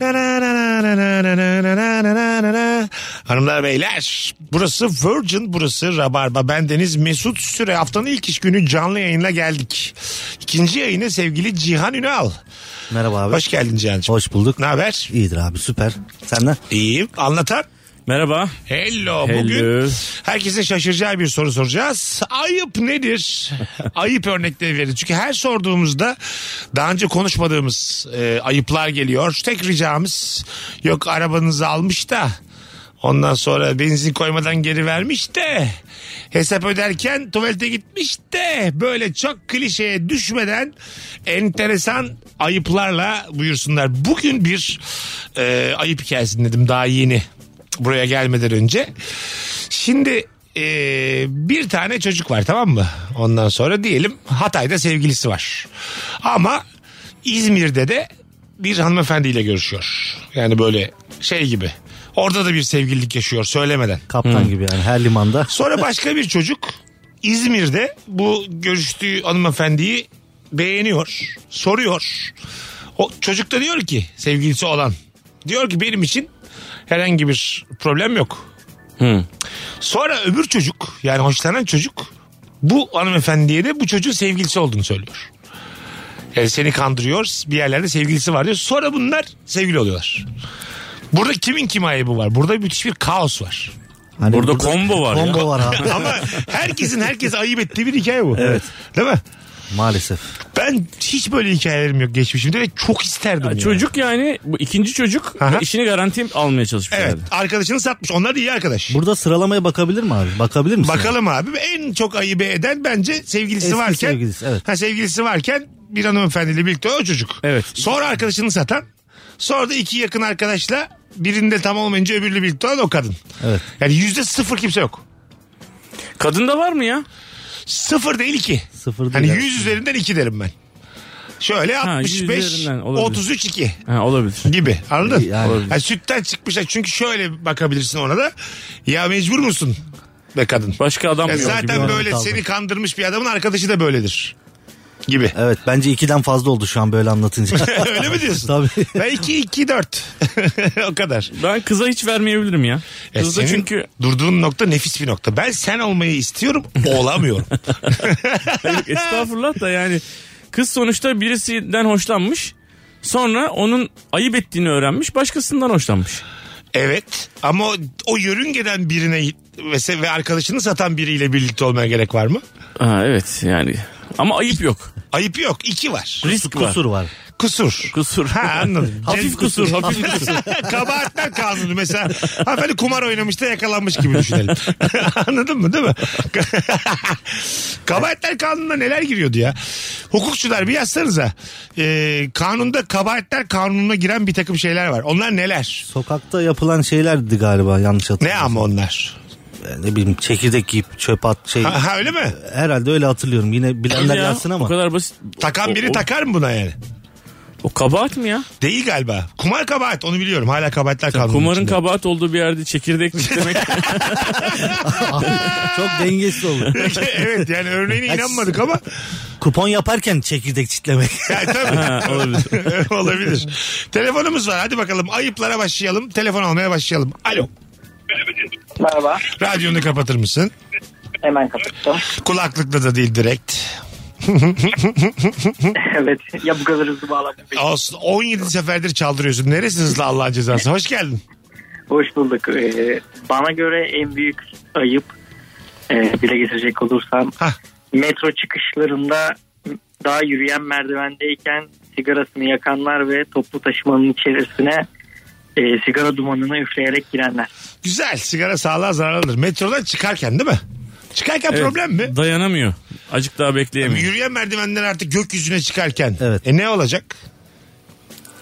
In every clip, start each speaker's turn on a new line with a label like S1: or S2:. S1: Na na na na na na na na na na na na na na. Hanımlar beyler burası Virgin burası Rabarba bendeniz Mesut Süre haftanın ilk iş günü canlı yayınla geldik. İkinci yayını sevgili Cihan Ünal.
S2: Merhaba abi.
S1: Hoş geldin Cihan'cığım.
S2: Hoş bulduk.
S1: Ne haber?
S2: İyidir abi süper. Senden?
S1: İyiyim. Anlatan.
S3: Merhaba.
S1: Hello.
S3: Hello.
S1: Bugün herkese şaşıracağı bir soru soracağız. Ayıp nedir? Ayıp örnekleri verin. Çünkü her sorduğumuzda daha önce konuşmadığımız e, ayıplar geliyor. Tek ricamız yok arabanızı almış da ondan sonra benzin koymadan geri vermiş de hesap öderken tuvalete gitmiş de böyle çok klişeye düşmeden enteresan ayıplarla buyursunlar. Bugün bir e, ayıp hikayesi dinledim daha yeni buraya gelmeden önce. Şimdi eee, bir tane çocuk var tamam mı? Ondan sonra diyelim Hatay'da sevgilisi var. Ama İzmir'de de bir hanımefendiyle görüşüyor. Yani böyle şey gibi. Orada da bir sevgililik yaşıyor söylemeden.
S3: Hmm.
S2: Kaptan gibi yani her limanda.
S1: Sonra başka bir çocuk İzmir'de bu görüştüğü hanımefendiyi beğeniyor, soruyor. O çocuk da diyor ki sevgilisi olan. Diyor ki benim için herhangi bir problem yok. Sonra öbür çocuk yani hoşlanan çocuk bu hanımefendiye de bu çocuğun sevgilisi olduğunu söylüyor. Yani seni kandırıyor bir yerlerde sevgilisi var diyor. Sonra bunlar sevgili oluyorlar. Burada kimin kim ayıbı var? Burada müthiş bir kaos var.
S2: Hani
S3: Burada combo var ya.
S2: Combo var abi
S1: Ama herkesin herkes ayıp ettiği bir hikaye bu. Evet. Değil mi?
S2: maalesef.
S1: Ben hiç böyle hikayelerim yok geçmişimde ve çok isterdim. yani.
S3: E, Çocuk yani bu ikinci çocuk
S1: Aha.
S3: işini garanti almaya çalışmış
S1: Evet
S3: herhalde.
S1: arkadaşını satmış. Onlar da iyi arkadaş.
S2: Burada sıralamaya bakabilir mi abi? Bakabilir misin?
S1: Bakalım abi en çok ayıbe eden bence sevgilisi
S2: Eski
S1: varken.
S2: sevgilisi, evet.
S1: Ha, sevgilisi varken bir hanımefendiyle birlikte o çocuk.
S3: Evet.
S1: Sonra arkadaşını satan. Sonra da iki yakın arkadaşla birinde tam olmayınca öbürüyle birlikte olan o kadın.
S2: Evet.
S1: Yani yüzde sıfır kimse yok.
S3: Kadın da var mı ya?
S1: Sıfır değil iki.
S2: Sıfır değil.
S1: Hani
S2: abi.
S1: 100 üzerinden iki derim ben. Şöyle
S3: Ha, yüz
S1: 65,
S3: üzerinden olabilir.
S1: 33, 2.
S3: Ha, olabilir.
S1: gibi anladın?
S2: Yani.
S1: Yani. sütten çıkmış çünkü şöyle bakabilirsin ona da ya mecbur musun be kadın.
S3: Başka adam
S1: Ya
S3: mı yok
S1: E, zaten
S3: gibi.
S1: böyle
S2: kaldı.
S1: seni kandırmış bir adamın arkadaşı da böyledir gibi.
S2: Evet bence ikiden fazla oldu şu an böyle anlatınca.
S1: Öyle mi diyorsun?
S2: Tabii.
S1: Ben 2 2 4. o kadar.
S3: Ben kıza hiç vermeyebilirim ya.
S1: E
S3: Kız da
S1: senin
S3: çünkü
S1: durduğun nokta nefis bir nokta. Ben sen olmayı istiyorum, olamıyorum.
S3: estağfurullah da yani kız sonuçta birisinden hoşlanmış. Sonra onun ayıp ettiğini öğrenmiş başkasından hoşlanmış.
S1: evet ama o, o yörüngeden birine ve, ve arkadaşını satan biriyle birlikte olmaya gerek var mı?
S3: Ha, evet yani ama ayıp yok.
S1: Ayıp yok. 2 var.
S3: Risk var.
S2: Kusur var.
S1: Kusur.
S3: Kusur.
S1: Ha anladım.
S3: hafif kusur hafif kusur.
S1: Kabahatler kanunu mesela. Hanımefendi kumar oynamış da yakalanmış gibi düşünelim. Anladın mı değil mi? kabahatler kanununa neler giriyordu ya? Hukukçular bir yazsanıza. Ee, kanunda kabahatler kanununa giren bir takım şeyler var. Onlar neler?
S2: Sokakta yapılan şeylerdi galiba yanlış
S1: Ne
S2: hatırlamıyorum.
S1: ama onlar?
S2: Ne, ne bileyim çekirdek yiyip çöp at şey.
S1: Ha, ha, öyle mi?
S2: Herhalde öyle hatırlıyorum. Yine bilenler
S3: Ya,
S2: yazsın ama.
S3: O kadar basit.
S1: Takan
S3: O-
S1: biri
S3: o-
S1: takar mı buna yani?
S3: O kabahat mı ya?
S1: Değil galiba. Kumar kabahat onu biliyorum. Hala kabahatler kanunu.
S3: Kumarın
S1: içinde.
S3: kabahat olduğu bir yerde çekirdek demek.
S2: Çok dengesiz oldu.
S1: evet yani örneğine inanmadık ama
S2: Kupon yaparken çekirdek çitlemek.
S1: yani tabii. olabilir. Telefonumuz var. Hadi bakalım ayıplara başlayalım. Telefon almaya başlayalım. Alo.
S4: Merhaba.
S1: Radyonu kapatır mısın?
S4: Hemen kapattım.
S1: Kulaklıkla da değil direkt.
S4: evet. Ya bu kadar hızlı bağlandım.
S1: Olsun. 17 seferdir çaldırıyorsun. Neresi hızlı Allah'ın cezası? Hoş geldin.
S4: Hoş bulduk. Ee, bana göre en büyük ayıp e, dile getirecek olursam
S1: Hah.
S4: metro çıkışlarında daha yürüyen merdivendeyken sigarasını yakanlar ve toplu taşımanın içerisine e, sigara dumanını üfleyerek girenler.
S1: Güzel. Sigara sağlığa zararlıdır. Metrodan çıkarken değil mi? Çıkarken problem mi?
S3: Dayanamıyor. Acık daha bekleyemiyor.
S1: Yürüyen merdivenden artık gökyüzüne çıkarken.
S2: Evet.
S1: E ne olacak?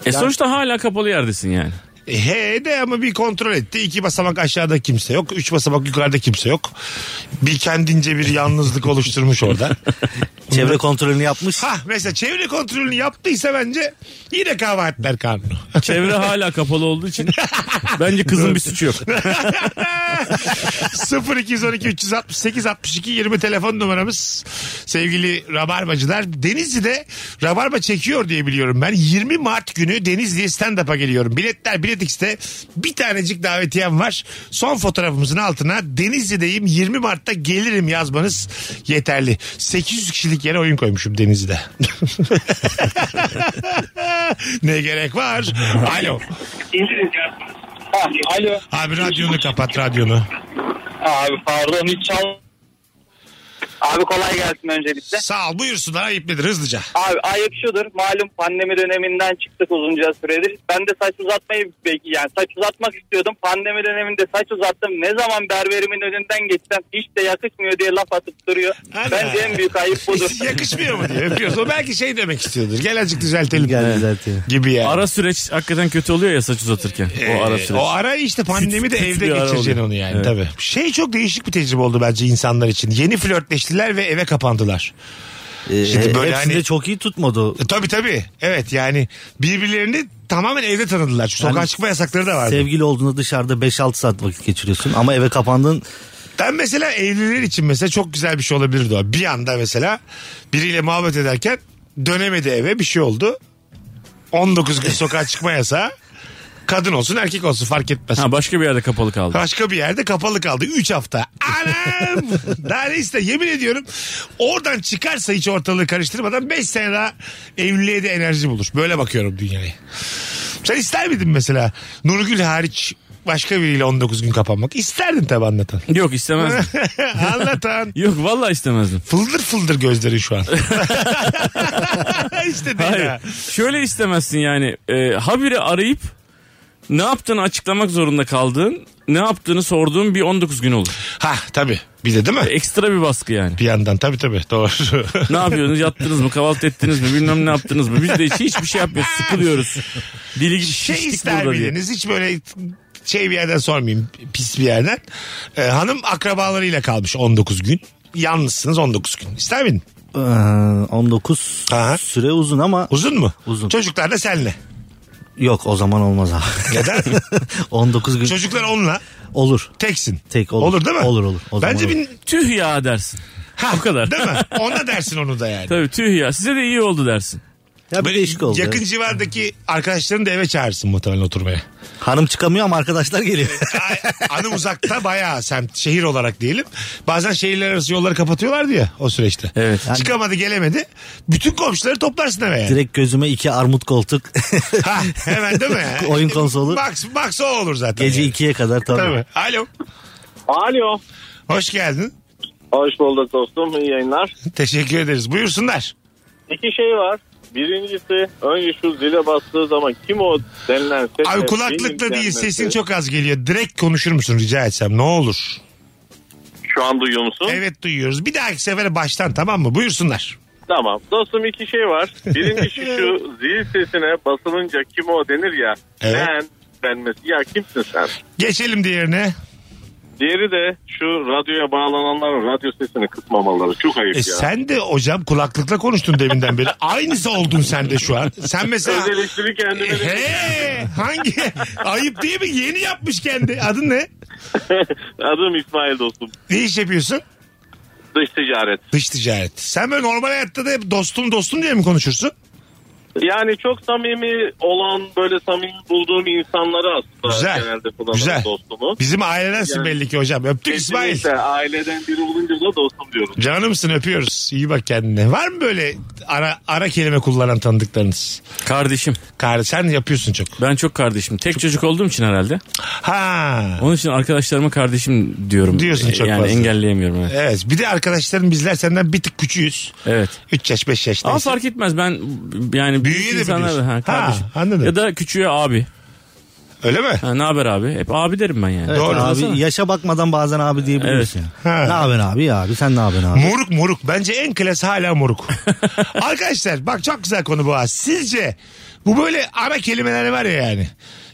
S3: E sonuçta hala kapalı yerdesin yani.
S1: He de ama bir kontrol etti. İki basamak aşağıda kimse yok. Üç basamak yukarıda kimse yok. Bir kendince bir yalnızlık oluşturmuş orada.
S2: Çevre kontrolünü yapmış.
S1: Ha mesela çevre kontrolünü yaptıysa bence yine kabahatler kanunu.
S3: Çevre hala kapalı olduğu için bence kızın bir suçu yok.
S1: 0212 368 62 20 telefon numaramız. Sevgili Rabarbacılar Denizli'de Rabarba çekiyor diye biliyorum ben. 20 Mart günü Denizli'ye stand-up'a geliyorum. Biletler Bilet X'te bir tanecik davetiyem var. Son fotoğrafımızın altına Denizli'deyim 20 Mart'ta gelirim yazmanız yeterli. 800 kişilik yere oyun koymuşum Denizli'de. ne gerek var? Alo.
S5: Ha, Ah, alo.
S1: Abi radyonu kapat radyonu.
S5: Abi pardon hiç çal. Abi kolay gelsin öncelikle.
S1: Sağ ol buyursunlar ayıp nedir hızlıca.
S5: Abi ayıp şudur malum pandemi döneminden çıktık uzunca süredir. Ben de saç uzatmayı belki yani saç uzatmak istiyordum. Pandemi döneminde saç uzattım. Ne zaman berberimin önünden geçsem hiç de yakışmıyor diye laf atıp duruyor.
S1: Ana.
S5: Bence en büyük ayıp budur.
S1: Yakışmıyor mu diye öpüyoruz. O belki şey demek istiyordur. Gel azıcık düzeltelim.
S2: Gel düzeltelim.
S1: Gibi yani.
S3: Ara süreç hakikaten kötü oluyor ya saç uzatırken.
S1: Ee,
S3: o ara süreç.
S1: o ara işte pandemi de
S3: Küçük- küçük
S1: evde
S3: bir ara
S1: geçireceksin
S3: oluyor.
S1: onu yani
S3: Evet.
S1: tabii. Şey çok değişik bir tecrübe oldu bence insanlar için. Yeni flörtleştiler ve eve kapandılar.
S2: Ee,
S1: Şimdi böyle
S2: hepsinde
S1: hani-
S2: çok iyi tutmadı.
S1: E, tabii tabii. Evet yani birbirlerini tamamen evde tanıdılar. Şu sokağa
S2: Yani
S1: çıkma yasakları da vardı.
S2: Hani Sevgili olduğunda dışarıda 5-6 saat vakit geçiriyorsun ama eve kapandın
S1: Ben mesela evliler için mesela çok güzel bir şey olabilirdi o. Bir anda mesela biriyle muhabbet ederken dönemedi eve bir şey oldu. 19 gün sokağa çıkma yasağı. Kadın olsun erkek olsun fark etmez.
S3: Ha, başka bir yerde kapalı kaldı.
S1: Başka bir yerde kapalı kaldı. 3 hafta. Anam! daha ne iste yemin ediyorum. Oradan çıkarsa hiç ortalığı karıştırmadan 5 sene daha evliliğe de enerji bulur. Böyle bakıyorum dünyaya. Sen ister miydin mesela Nurgül hariç başka biriyle 19 gün kapanmak? İsterdin tabi anlatan.
S3: Yok istemezdim.
S1: anlatan.
S3: Yok vallahi istemezdim.
S1: Fıldır fıldır gözleri şu an. işte değil
S3: Hayır.
S1: ha.
S3: Şöyle istemezsin yani. E, habire arayıp ne yaptığını açıklamak zorunda kaldığın, ne yaptığını sorduğun bir 19 gün olur.
S1: Ha tabii. Bir de değil mi?
S3: Ekstra bir baskı yani.
S1: Bir yandan tabii tabii doğru.
S3: Ne yapıyorsunuz? Yattınız mı? Kahvaltı ettiniz mi? Bilmem ne yaptınız mı? Biz de hiç, hiçbir şey yapmıyoruz. Sıkılıyoruz. Dili gibi
S1: şey
S3: şiştik
S1: ister
S3: burada diye.
S1: miydiniz? Hiç böyle şey bir yerden sormayayım pis bir yerden. Ee, hanım akrabalarıyla kalmış 19 gün. Yalnızsınız 19 gün. İster miydin?
S2: Ee, 19
S1: Aha.
S2: süre uzun ama
S1: Uzun mu?
S2: Uzun.
S1: Çocuklar da senle.
S2: yok o zaman olmaz abi.
S1: Neden?
S2: 19 gün
S1: Çocuklar onunla
S2: olur.
S1: teksin.
S2: Tek olur.
S1: değil mi?
S2: Olur, olur. O zaman
S1: Bence
S2: olur.
S1: bir...
S3: Tüh ya dersin.
S1: Ha,
S3: O kadar.
S1: Değil mi? Ona dersin onu da yani.
S3: Tabii tüh ya. Size de iyi oldu dersin.
S2: Ya bir değişik oldu.
S1: Yakın civardaki arkadaşlarını da eve çağırsın muhtemelen oturmaya.
S2: Hanım çıkamıyor ama arkadaşlar geliyor.
S1: Ay- Hanım uzakta bayağı sen şehir olarak diyelim. Bazen şehirler arası yolları kapatıyorlardı ya o süreçte.
S3: Evet.
S1: Yani- Çıkamadı gelemedi. Bütün komşuları toplarsın eve yani.
S2: Direkt gözüme iki armut koltuk.
S1: Ha, hemen değil mi?
S2: Oyun konsolu.
S1: Max, Max o olur zaten.
S2: Gece
S1: yani.
S2: 2'ye kadar tabii.
S1: Tabii. Alo.
S5: Alo.
S1: Hoş geldin.
S5: Hoş bulduk dostum iyi yayınlar.
S1: Teşekkür ederiz. Buyursunlar.
S5: İki şey var. Birincisi önce şu zile bastığı zaman kim o denilen ses.
S1: Abi kulaklıkla değil sesin çok az geliyor. Direkt konuşur musun rica etsem ne olur.
S5: Şu an duyuyor musun?
S1: Evet duyuyoruz. Bir dahaki sefere baştan tamam mı? Buyursunlar.
S5: Tamam. Dostum iki şey var. Birincisi şu zil sesine basılınca kim o denir ya.
S1: Evet.
S5: Ben denmesi. Ya kimsin sen?
S1: Geçelim diğerine.
S5: Diğeri de şu radyoya bağlananların radyo sesini kısmamaları. Çok ayıp
S1: E
S5: ya.
S1: sen de hocam kulaklıkla konuştun deminden beri. Aynısı oldun sen de şu an. Sen mesela...
S5: Öz eleştiri kendine
S1: He, hangi? Ayıp değil mi? Yeni yapmış kendi. Adın ne?
S5: Adım İsmail dostum.
S1: Ne iş yapıyorsun?
S5: Dış ticaret.
S1: Dış ticaret. Sen böyle normal hayatta da hep dostum dostum diye mi konuşursun?
S5: Yani çok samimi olan böyle samimi bulduğum insanları aslında
S1: Güzel.
S5: genelde kullanırım
S1: Güzel.
S5: dostumu.
S1: Bizim ailedensin
S5: Yani-
S1: belli ki hocam. Öptük İsmail.
S5: Kesinlikle aileden biri olunca da dostum diyorum.
S1: Canımsın öpüyoruz. İyi bak kendine. Var mı böyle ara ara kelime kullanan tanıdıklarınız?
S3: Kardeşim.
S1: Kar sen yapıyorsun çok.
S3: Ben çok kardeşim. Tek çocuk olduğum için herhalde.
S1: Ha.
S3: Onun için arkadaşlarıma kardeşim diyorum.
S1: Diyorsun çok
S3: yani
S1: fazla.
S3: engelleyemiyorum. Evet.
S1: Evet bir de arkadaşların bizler senden bir tık küçüğüz.
S3: evet.
S1: 3 yaş 5 yaş.
S3: Ama
S1: neyse.
S3: fark etmez ben yani
S1: Büyüğü
S3: büyük
S1: de mi
S3: insanlar
S1: diyorsun?
S3: da ha, kardeşim.
S1: Ha, anladım.
S3: Ya da küçüğe abi.
S1: Öyle mi?
S3: Ha, ne haber abi? Hep abi derim ben yani.
S2: Evet,
S1: Doğru.
S3: Anlasana.
S2: Abi, yaşa bakmadan bazen abi diyebiliyorsun.
S3: Evet.
S1: Ha.
S2: ya. Ne haber abi ya abi sen ne haber abi?
S1: Moruk moruk. Bence en klas hala moruk. Arkadaşlar bak çok güzel konu bu. ha. Sizce bu böyle ara kelimeler var ya yani.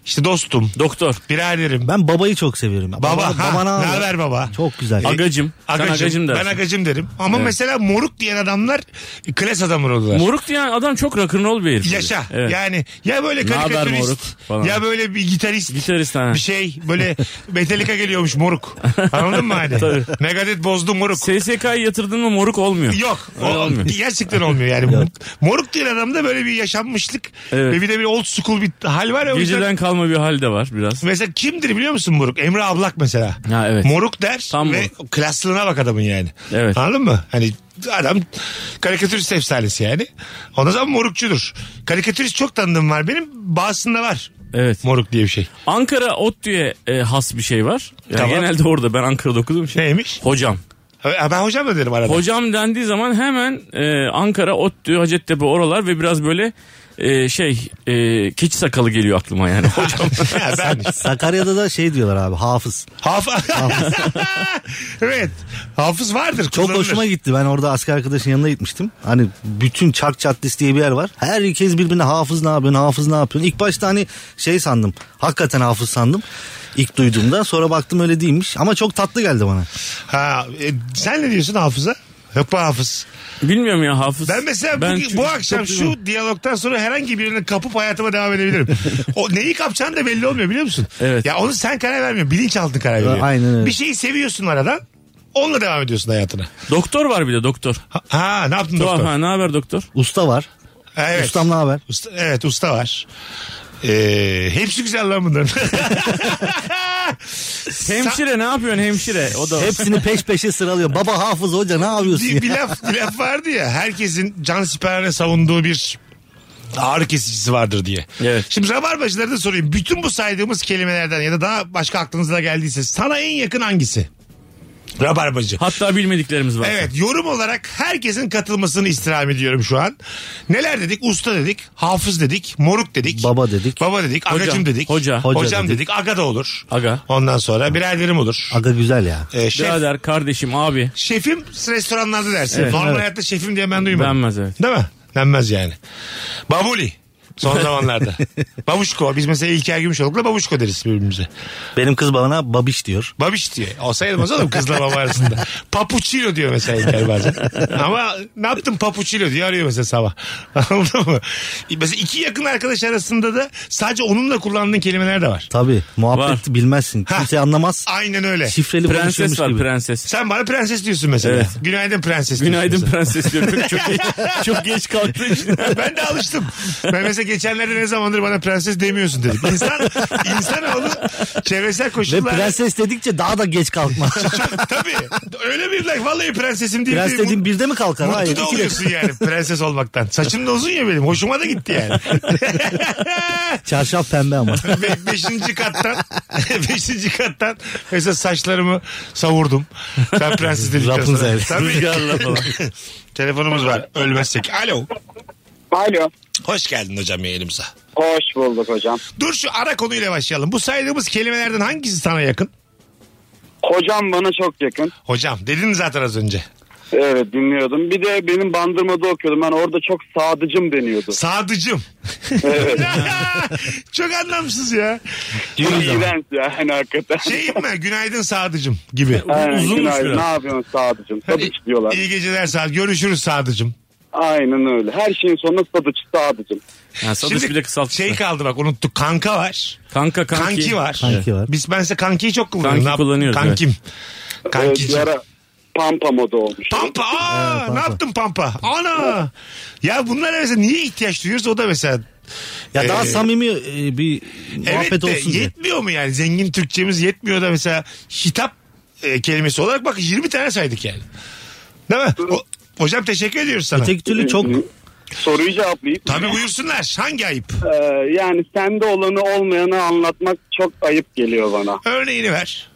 S1: İşte dostum,
S3: Doktor.
S1: biraderim.
S2: Ben babayı çok seviyorum. Baba,
S1: Baba, ha,
S2: babana
S1: ne haber baba? E,
S2: Çok güzel.
S3: Agacım.
S1: Agacım,
S3: Sen agacım dersin.
S1: ben agacım derim. Ama mesela moruk diyen adamlar klas adamı oldular.
S3: Moruk diyen adam çok rock'n'roll bir herif.
S1: Yaşa.
S3: Evet.
S1: Yani ya böyle
S3: Ne haber
S1: karikatürist
S3: moruk falan.
S1: ya böyle bir gitarist.
S3: Gitarist ha.
S1: Bir şey böyle Metallica geliyormuş moruk. Anladın mı hani? Megadeth bozdu moruk.
S3: SSK'yı yatırdın mı moruk olmuyor.
S1: Yok. O,
S3: Öyle olmuyor.
S1: Gerçekten olmuyor yani. moruk diyen adamda böyle bir yaşanmışlık
S3: Evet.
S1: ve bir de bir old school bir hal var ya. o yüzden-
S3: Geceden kalma bir hal de var biraz.
S1: Mesela kimdir biliyor musun Moruk? Emre Ablak mesela.
S3: Ha, evet.
S1: Moruk der
S3: Tam
S1: ve klaslığına bak adamın yani.
S3: Evet.
S1: Anladın mı? Hani adam karikatürist efsanesi yani. O da zaman morukçudur. Karikatürist çok tanıdığım var. Benim bazısında var.
S3: Evet.
S1: Moruk diye bir şey.
S3: Ankara ODTÜ'ye e, has bir şey var. Yani
S1: Tamam.
S3: Genelde orada ben Ankara'da okudum. Şey.
S1: Neymiş?
S3: Hocam.
S1: Ha, Ben hocam da derim arada.
S3: Hocam dendiği zaman hemen e, Ankara, ODTÜ, Hacettepe oralar ve biraz böyle e, şey e, keçi sakalı geliyor aklıma yani. Hocam.
S1: Ha, ben.
S2: Sakarya'da da şey diyorlar abi hafız.
S1: Hafız. evet. Hafız vardır.
S2: Çok
S1: kullanılır.
S2: hoşuma gitti. Ben orada asker arkadaşın yanına gitmiştim. Hani bütün Çark Caddesi diye bir yer var. Herkes birbirine hafız ne yapıyorsun, hafız ne yapıyorsun. İlk başta hani şey sandım. Hakikaten hafız sandım. İlk duyduğumda sonra baktım öyle değilmiş. Ama çok tatlı geldi bana.
S1: Ha, e, sen ne diyorsun hafıza? Yok mu hafız?
S3: Bilmiyorum ya hafız.
S1: Ben mesela
S3: Ben
S1: bugün-
S3: çünkü
S1: bu
S3: çok
S1: akşam
S3: bilmiyorum.
S1: şu diyalogtan sonra herhangi birini kapıp hayatıma devam edebilirim. o neyi kapacağın da belli olmuyor biliyor musun?
S3: Evet.
S1: Ya onu sen karar vermiyorsun. Bilinçaltı karar veriyor.
S2: aynen öyle.
S1: Bir şeyi seviyorsun aradan. Onunla devam ediyorsun hayatına.
S3: Doktor var bir de doktor.
S1: Ha, ha, ne yaptın
S3: Tuhaf
S1: doktor?
S3: ha ne haber doktor?
S2: Usta var.
S1: Evet.
S2: Ustam ne haber?
S1: Usta, evet usta var. Ee, hepsi güzel lan bunların.
S3: Hemşire ne yapıyorsun hemşire? O da
S2: Hepsini peş peşe sıralıyor. Baba hafız hoca ne yapıyorsun
S1: bir,
S2: ya?
S1: bir, laf, bir laf vardı ya herkesin can siperhane savunduğu bir ağrı kesicisi vardır diye.
S3: Evet.
S1: Şimdi rabarbacılara da sorayım. Bütün bu saydığımız kelimelerden ya da daha başka aklınıza da geldiyse sana en yakın hangisi? Rabarbacı.
S3: Hatta bilmediklerimiz var.
S1: Evet yorum olarak herkesin katılmasını istirham ediyorum şu an. Neler dedik? Usta dedik, hafız dedik, moruk dedik.
S2: Baba dedik.
S1: Baba dedik,
S3: Hoca,
S1: agacım dedik.
S3: hoca.
S1: hocam
S2: Hoca
S1: dedik. Aga da olur.
S3: Aga.
S1: Ondan sonra biraderim olur.
S2: Aga güzel ya.
S1: Ee, şef,
S3: Birader, kardeşim, abi.
S1: şefim restoranlarda dersin.
S3: Evet,
S1: Normal
S3: evet.
S1: hayatta şefim diye ben duymadım.
S3: Denmez, evet.
S1: Değil mi? Denmez yani. Babuli. Son zamanlarda. babuşko. Biz mesela İlker Gümüşoluk'la babuşko deriz birbirimize.
S2: Benim kız bana babiş diyor.
S1: Babiş diye. O sayılmaz oğlum kızla baba arasında. Papuçino diyor mesela İlker bazen. Ama ne yaptın papuçino diye arıyor mesela sabah. Anladın mı? Mesela iki yakın arkadaş arasında da sadece onunla kullandığın kelimeler de var.
S2: Tabii muhabbet bilmezsin. Kimse anlamaz.
S1: Aynen öyle.
S2: Şifreli
S3: Prenses
S2: konuşuyormuş
S1: Şey-
S3: var
S2: gibi.
S3: prenses.
S1: Sen bana prenses diyorsun mesela.
S3: Evet.
S1: Günaydın prenses diyorsun
S3: Günaydın
S1: mesela.
S3: prenses diyorum. Çok, çok, geç, çok geç kalktı.
S1: ben de alıştım. Ben mesela geçenlerde ne zamandır bana prenses demiyorsun dedim. İnsan, insanoğlu çevresel
S2: Ve
S1: koşullar.
S2: prenses dedikçe daha da geç kalkma.
S1: Tabii. Öyle bir like. Vallahi prensesim değil.
S2: Prens
S1: diye
S2: dediğin birde mi kalkar?
S1: Mutlu
S2: Hayır.
S1: da
S2: iki dakika.
S1: oluyorsun yani prenses olmaktan. Saçım da uzun ya benim. Hoşuma da gitti yani.
S2: Çarşaf pembe ama.
S1: Be- beşinci kattan beşinci kattan mesela saçlarımı savurdum. Ben prenses dedikten sonra.
S2: Rapunzel.
S1: Rüzgarla falan. Telefonumuz var. Ölmezsek. Alo.
S5: Alo.
S1: Hoş geldin hocam yayınımıza.
S5: Hoş bulduk hocam.
S1: Dur şu ara konuyla başlayalım. Bu saydığımız kelimelerden hangisi sana yakın?
S5: Hocam bana çok yakın.
S1: Hocam dedin zaten az önce.
S5: Evet dinliyordum. Bir de benim bandırmada okuyordum. Ben orada çok sadıcım deniyordu.
S1: Sadıcım.
S5: Evet.
S1: Çok anlamsız ya.
S5: İğrenç ya hani hakikaten.
S1: Şeyim mi? Günaydın Sadıcım gibi.
S5: Aynen,
S3: uzunmuş
S5: günaydın.
S3: biraz.
S5: Ne yapıyorsun sadıcım? Sadıç diyorlar.
S1: İyi geceler Sadıcım. Görüşürüz Sadıcım.
S5: Aynen öyle. Her şeyin sonuna sadıç sadıcım.
S3: Ha, sadıç bile kısaltmış.
S1: şey kaldı bak unuttuk. Kanka var.
S3: kanka kanki.
S1: Kanki, var.
S2: Kanki var.
S1: Biz ben size kankiyi çok kullanıyorum.
S3: Kanki
S1: Ne yap-
S3: kullanıyoruz,
S1: Kankim.
S5: Evet, Ee, bir
S1: Kankici.
S5: ara pampa moda olmuş.
S1: Pampa. Aa,
S2: Evet, Pampa.
S1: ne yaptın Pampa? Ana. Ya bunlara mesela niye ihtiyaç duyuyoruz? O da mesela
S2: Ya daha
S1: Ee,
S2: samimi e, bir muhabbet
S1: Evet de
S2: olsun diye.
S1: yetmiyor mu yani? Zengin Türkçemiz yetmiyor da mesela hitap e, kelimesi olarak bak 20 tane saydık yani. Değil mi? O- hocam teşekkür ediyoruz
S3: E,
S1: sana.
S2: Öteki türlü çok
S5: Soruyu cevaplayıp
S1: Tabii buyursunlar. Hangi ayıp?
S5: e, yani sende olanı olmayanı anlatmak çok ayıp geliyor bana.
S1: Örneğini ver.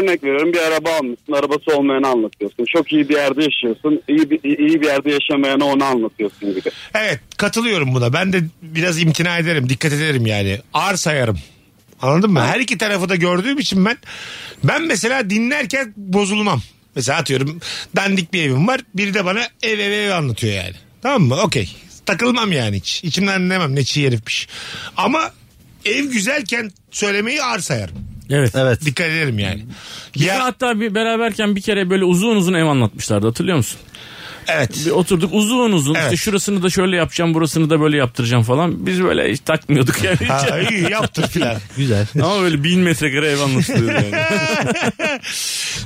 S5: Örnek veriyorum bir araba almışsın arabası olmayanı anlatıyorsun. Çok iyi bir yerde yaşıyorsun iyi bir, iyi bir yerde yaşamayana onu anlatıyorsun gibi.
S1: Evet katılıyorum buna. Ben de biraz imtina ederim. Dikkat ederim yani. Ağır sayarım. Anladın mı? Her iki tarafı da gördüğüm için ben ben mesela dinlerken bozulmam. Mesela atıyorum dandik bir evim var. Biri de bana ev ev ev anlatıyor yani. Tamam mı? Okey. Takılmam yani hiç. İçimden dinlemem ne çiğ herifmiş. Ama ev güzelken söylemeyi ağır sayarım.
S3: Evet.
S2: Evet.
S1: Dikkat ederim yani.
S3: Ya
S1: Ya
S3: hatta bir beraberken bir kere böyle uzun uzun ev anlatmışlardı hatırlıyor musun?
S1: evet.
S3: Bir oturduk uzun uzun
S1: Evet.
S3: işte şurasını da şöyle yapacağım burasını da böyle yaptıracağım falan. Biz böyle hiç takmıyorduk yani. hiç.
S1: Ha, iyi yaptır filan.
S2: Güzel.
S3: Ama böyle bin metrekare ev anlatılıyordu yani.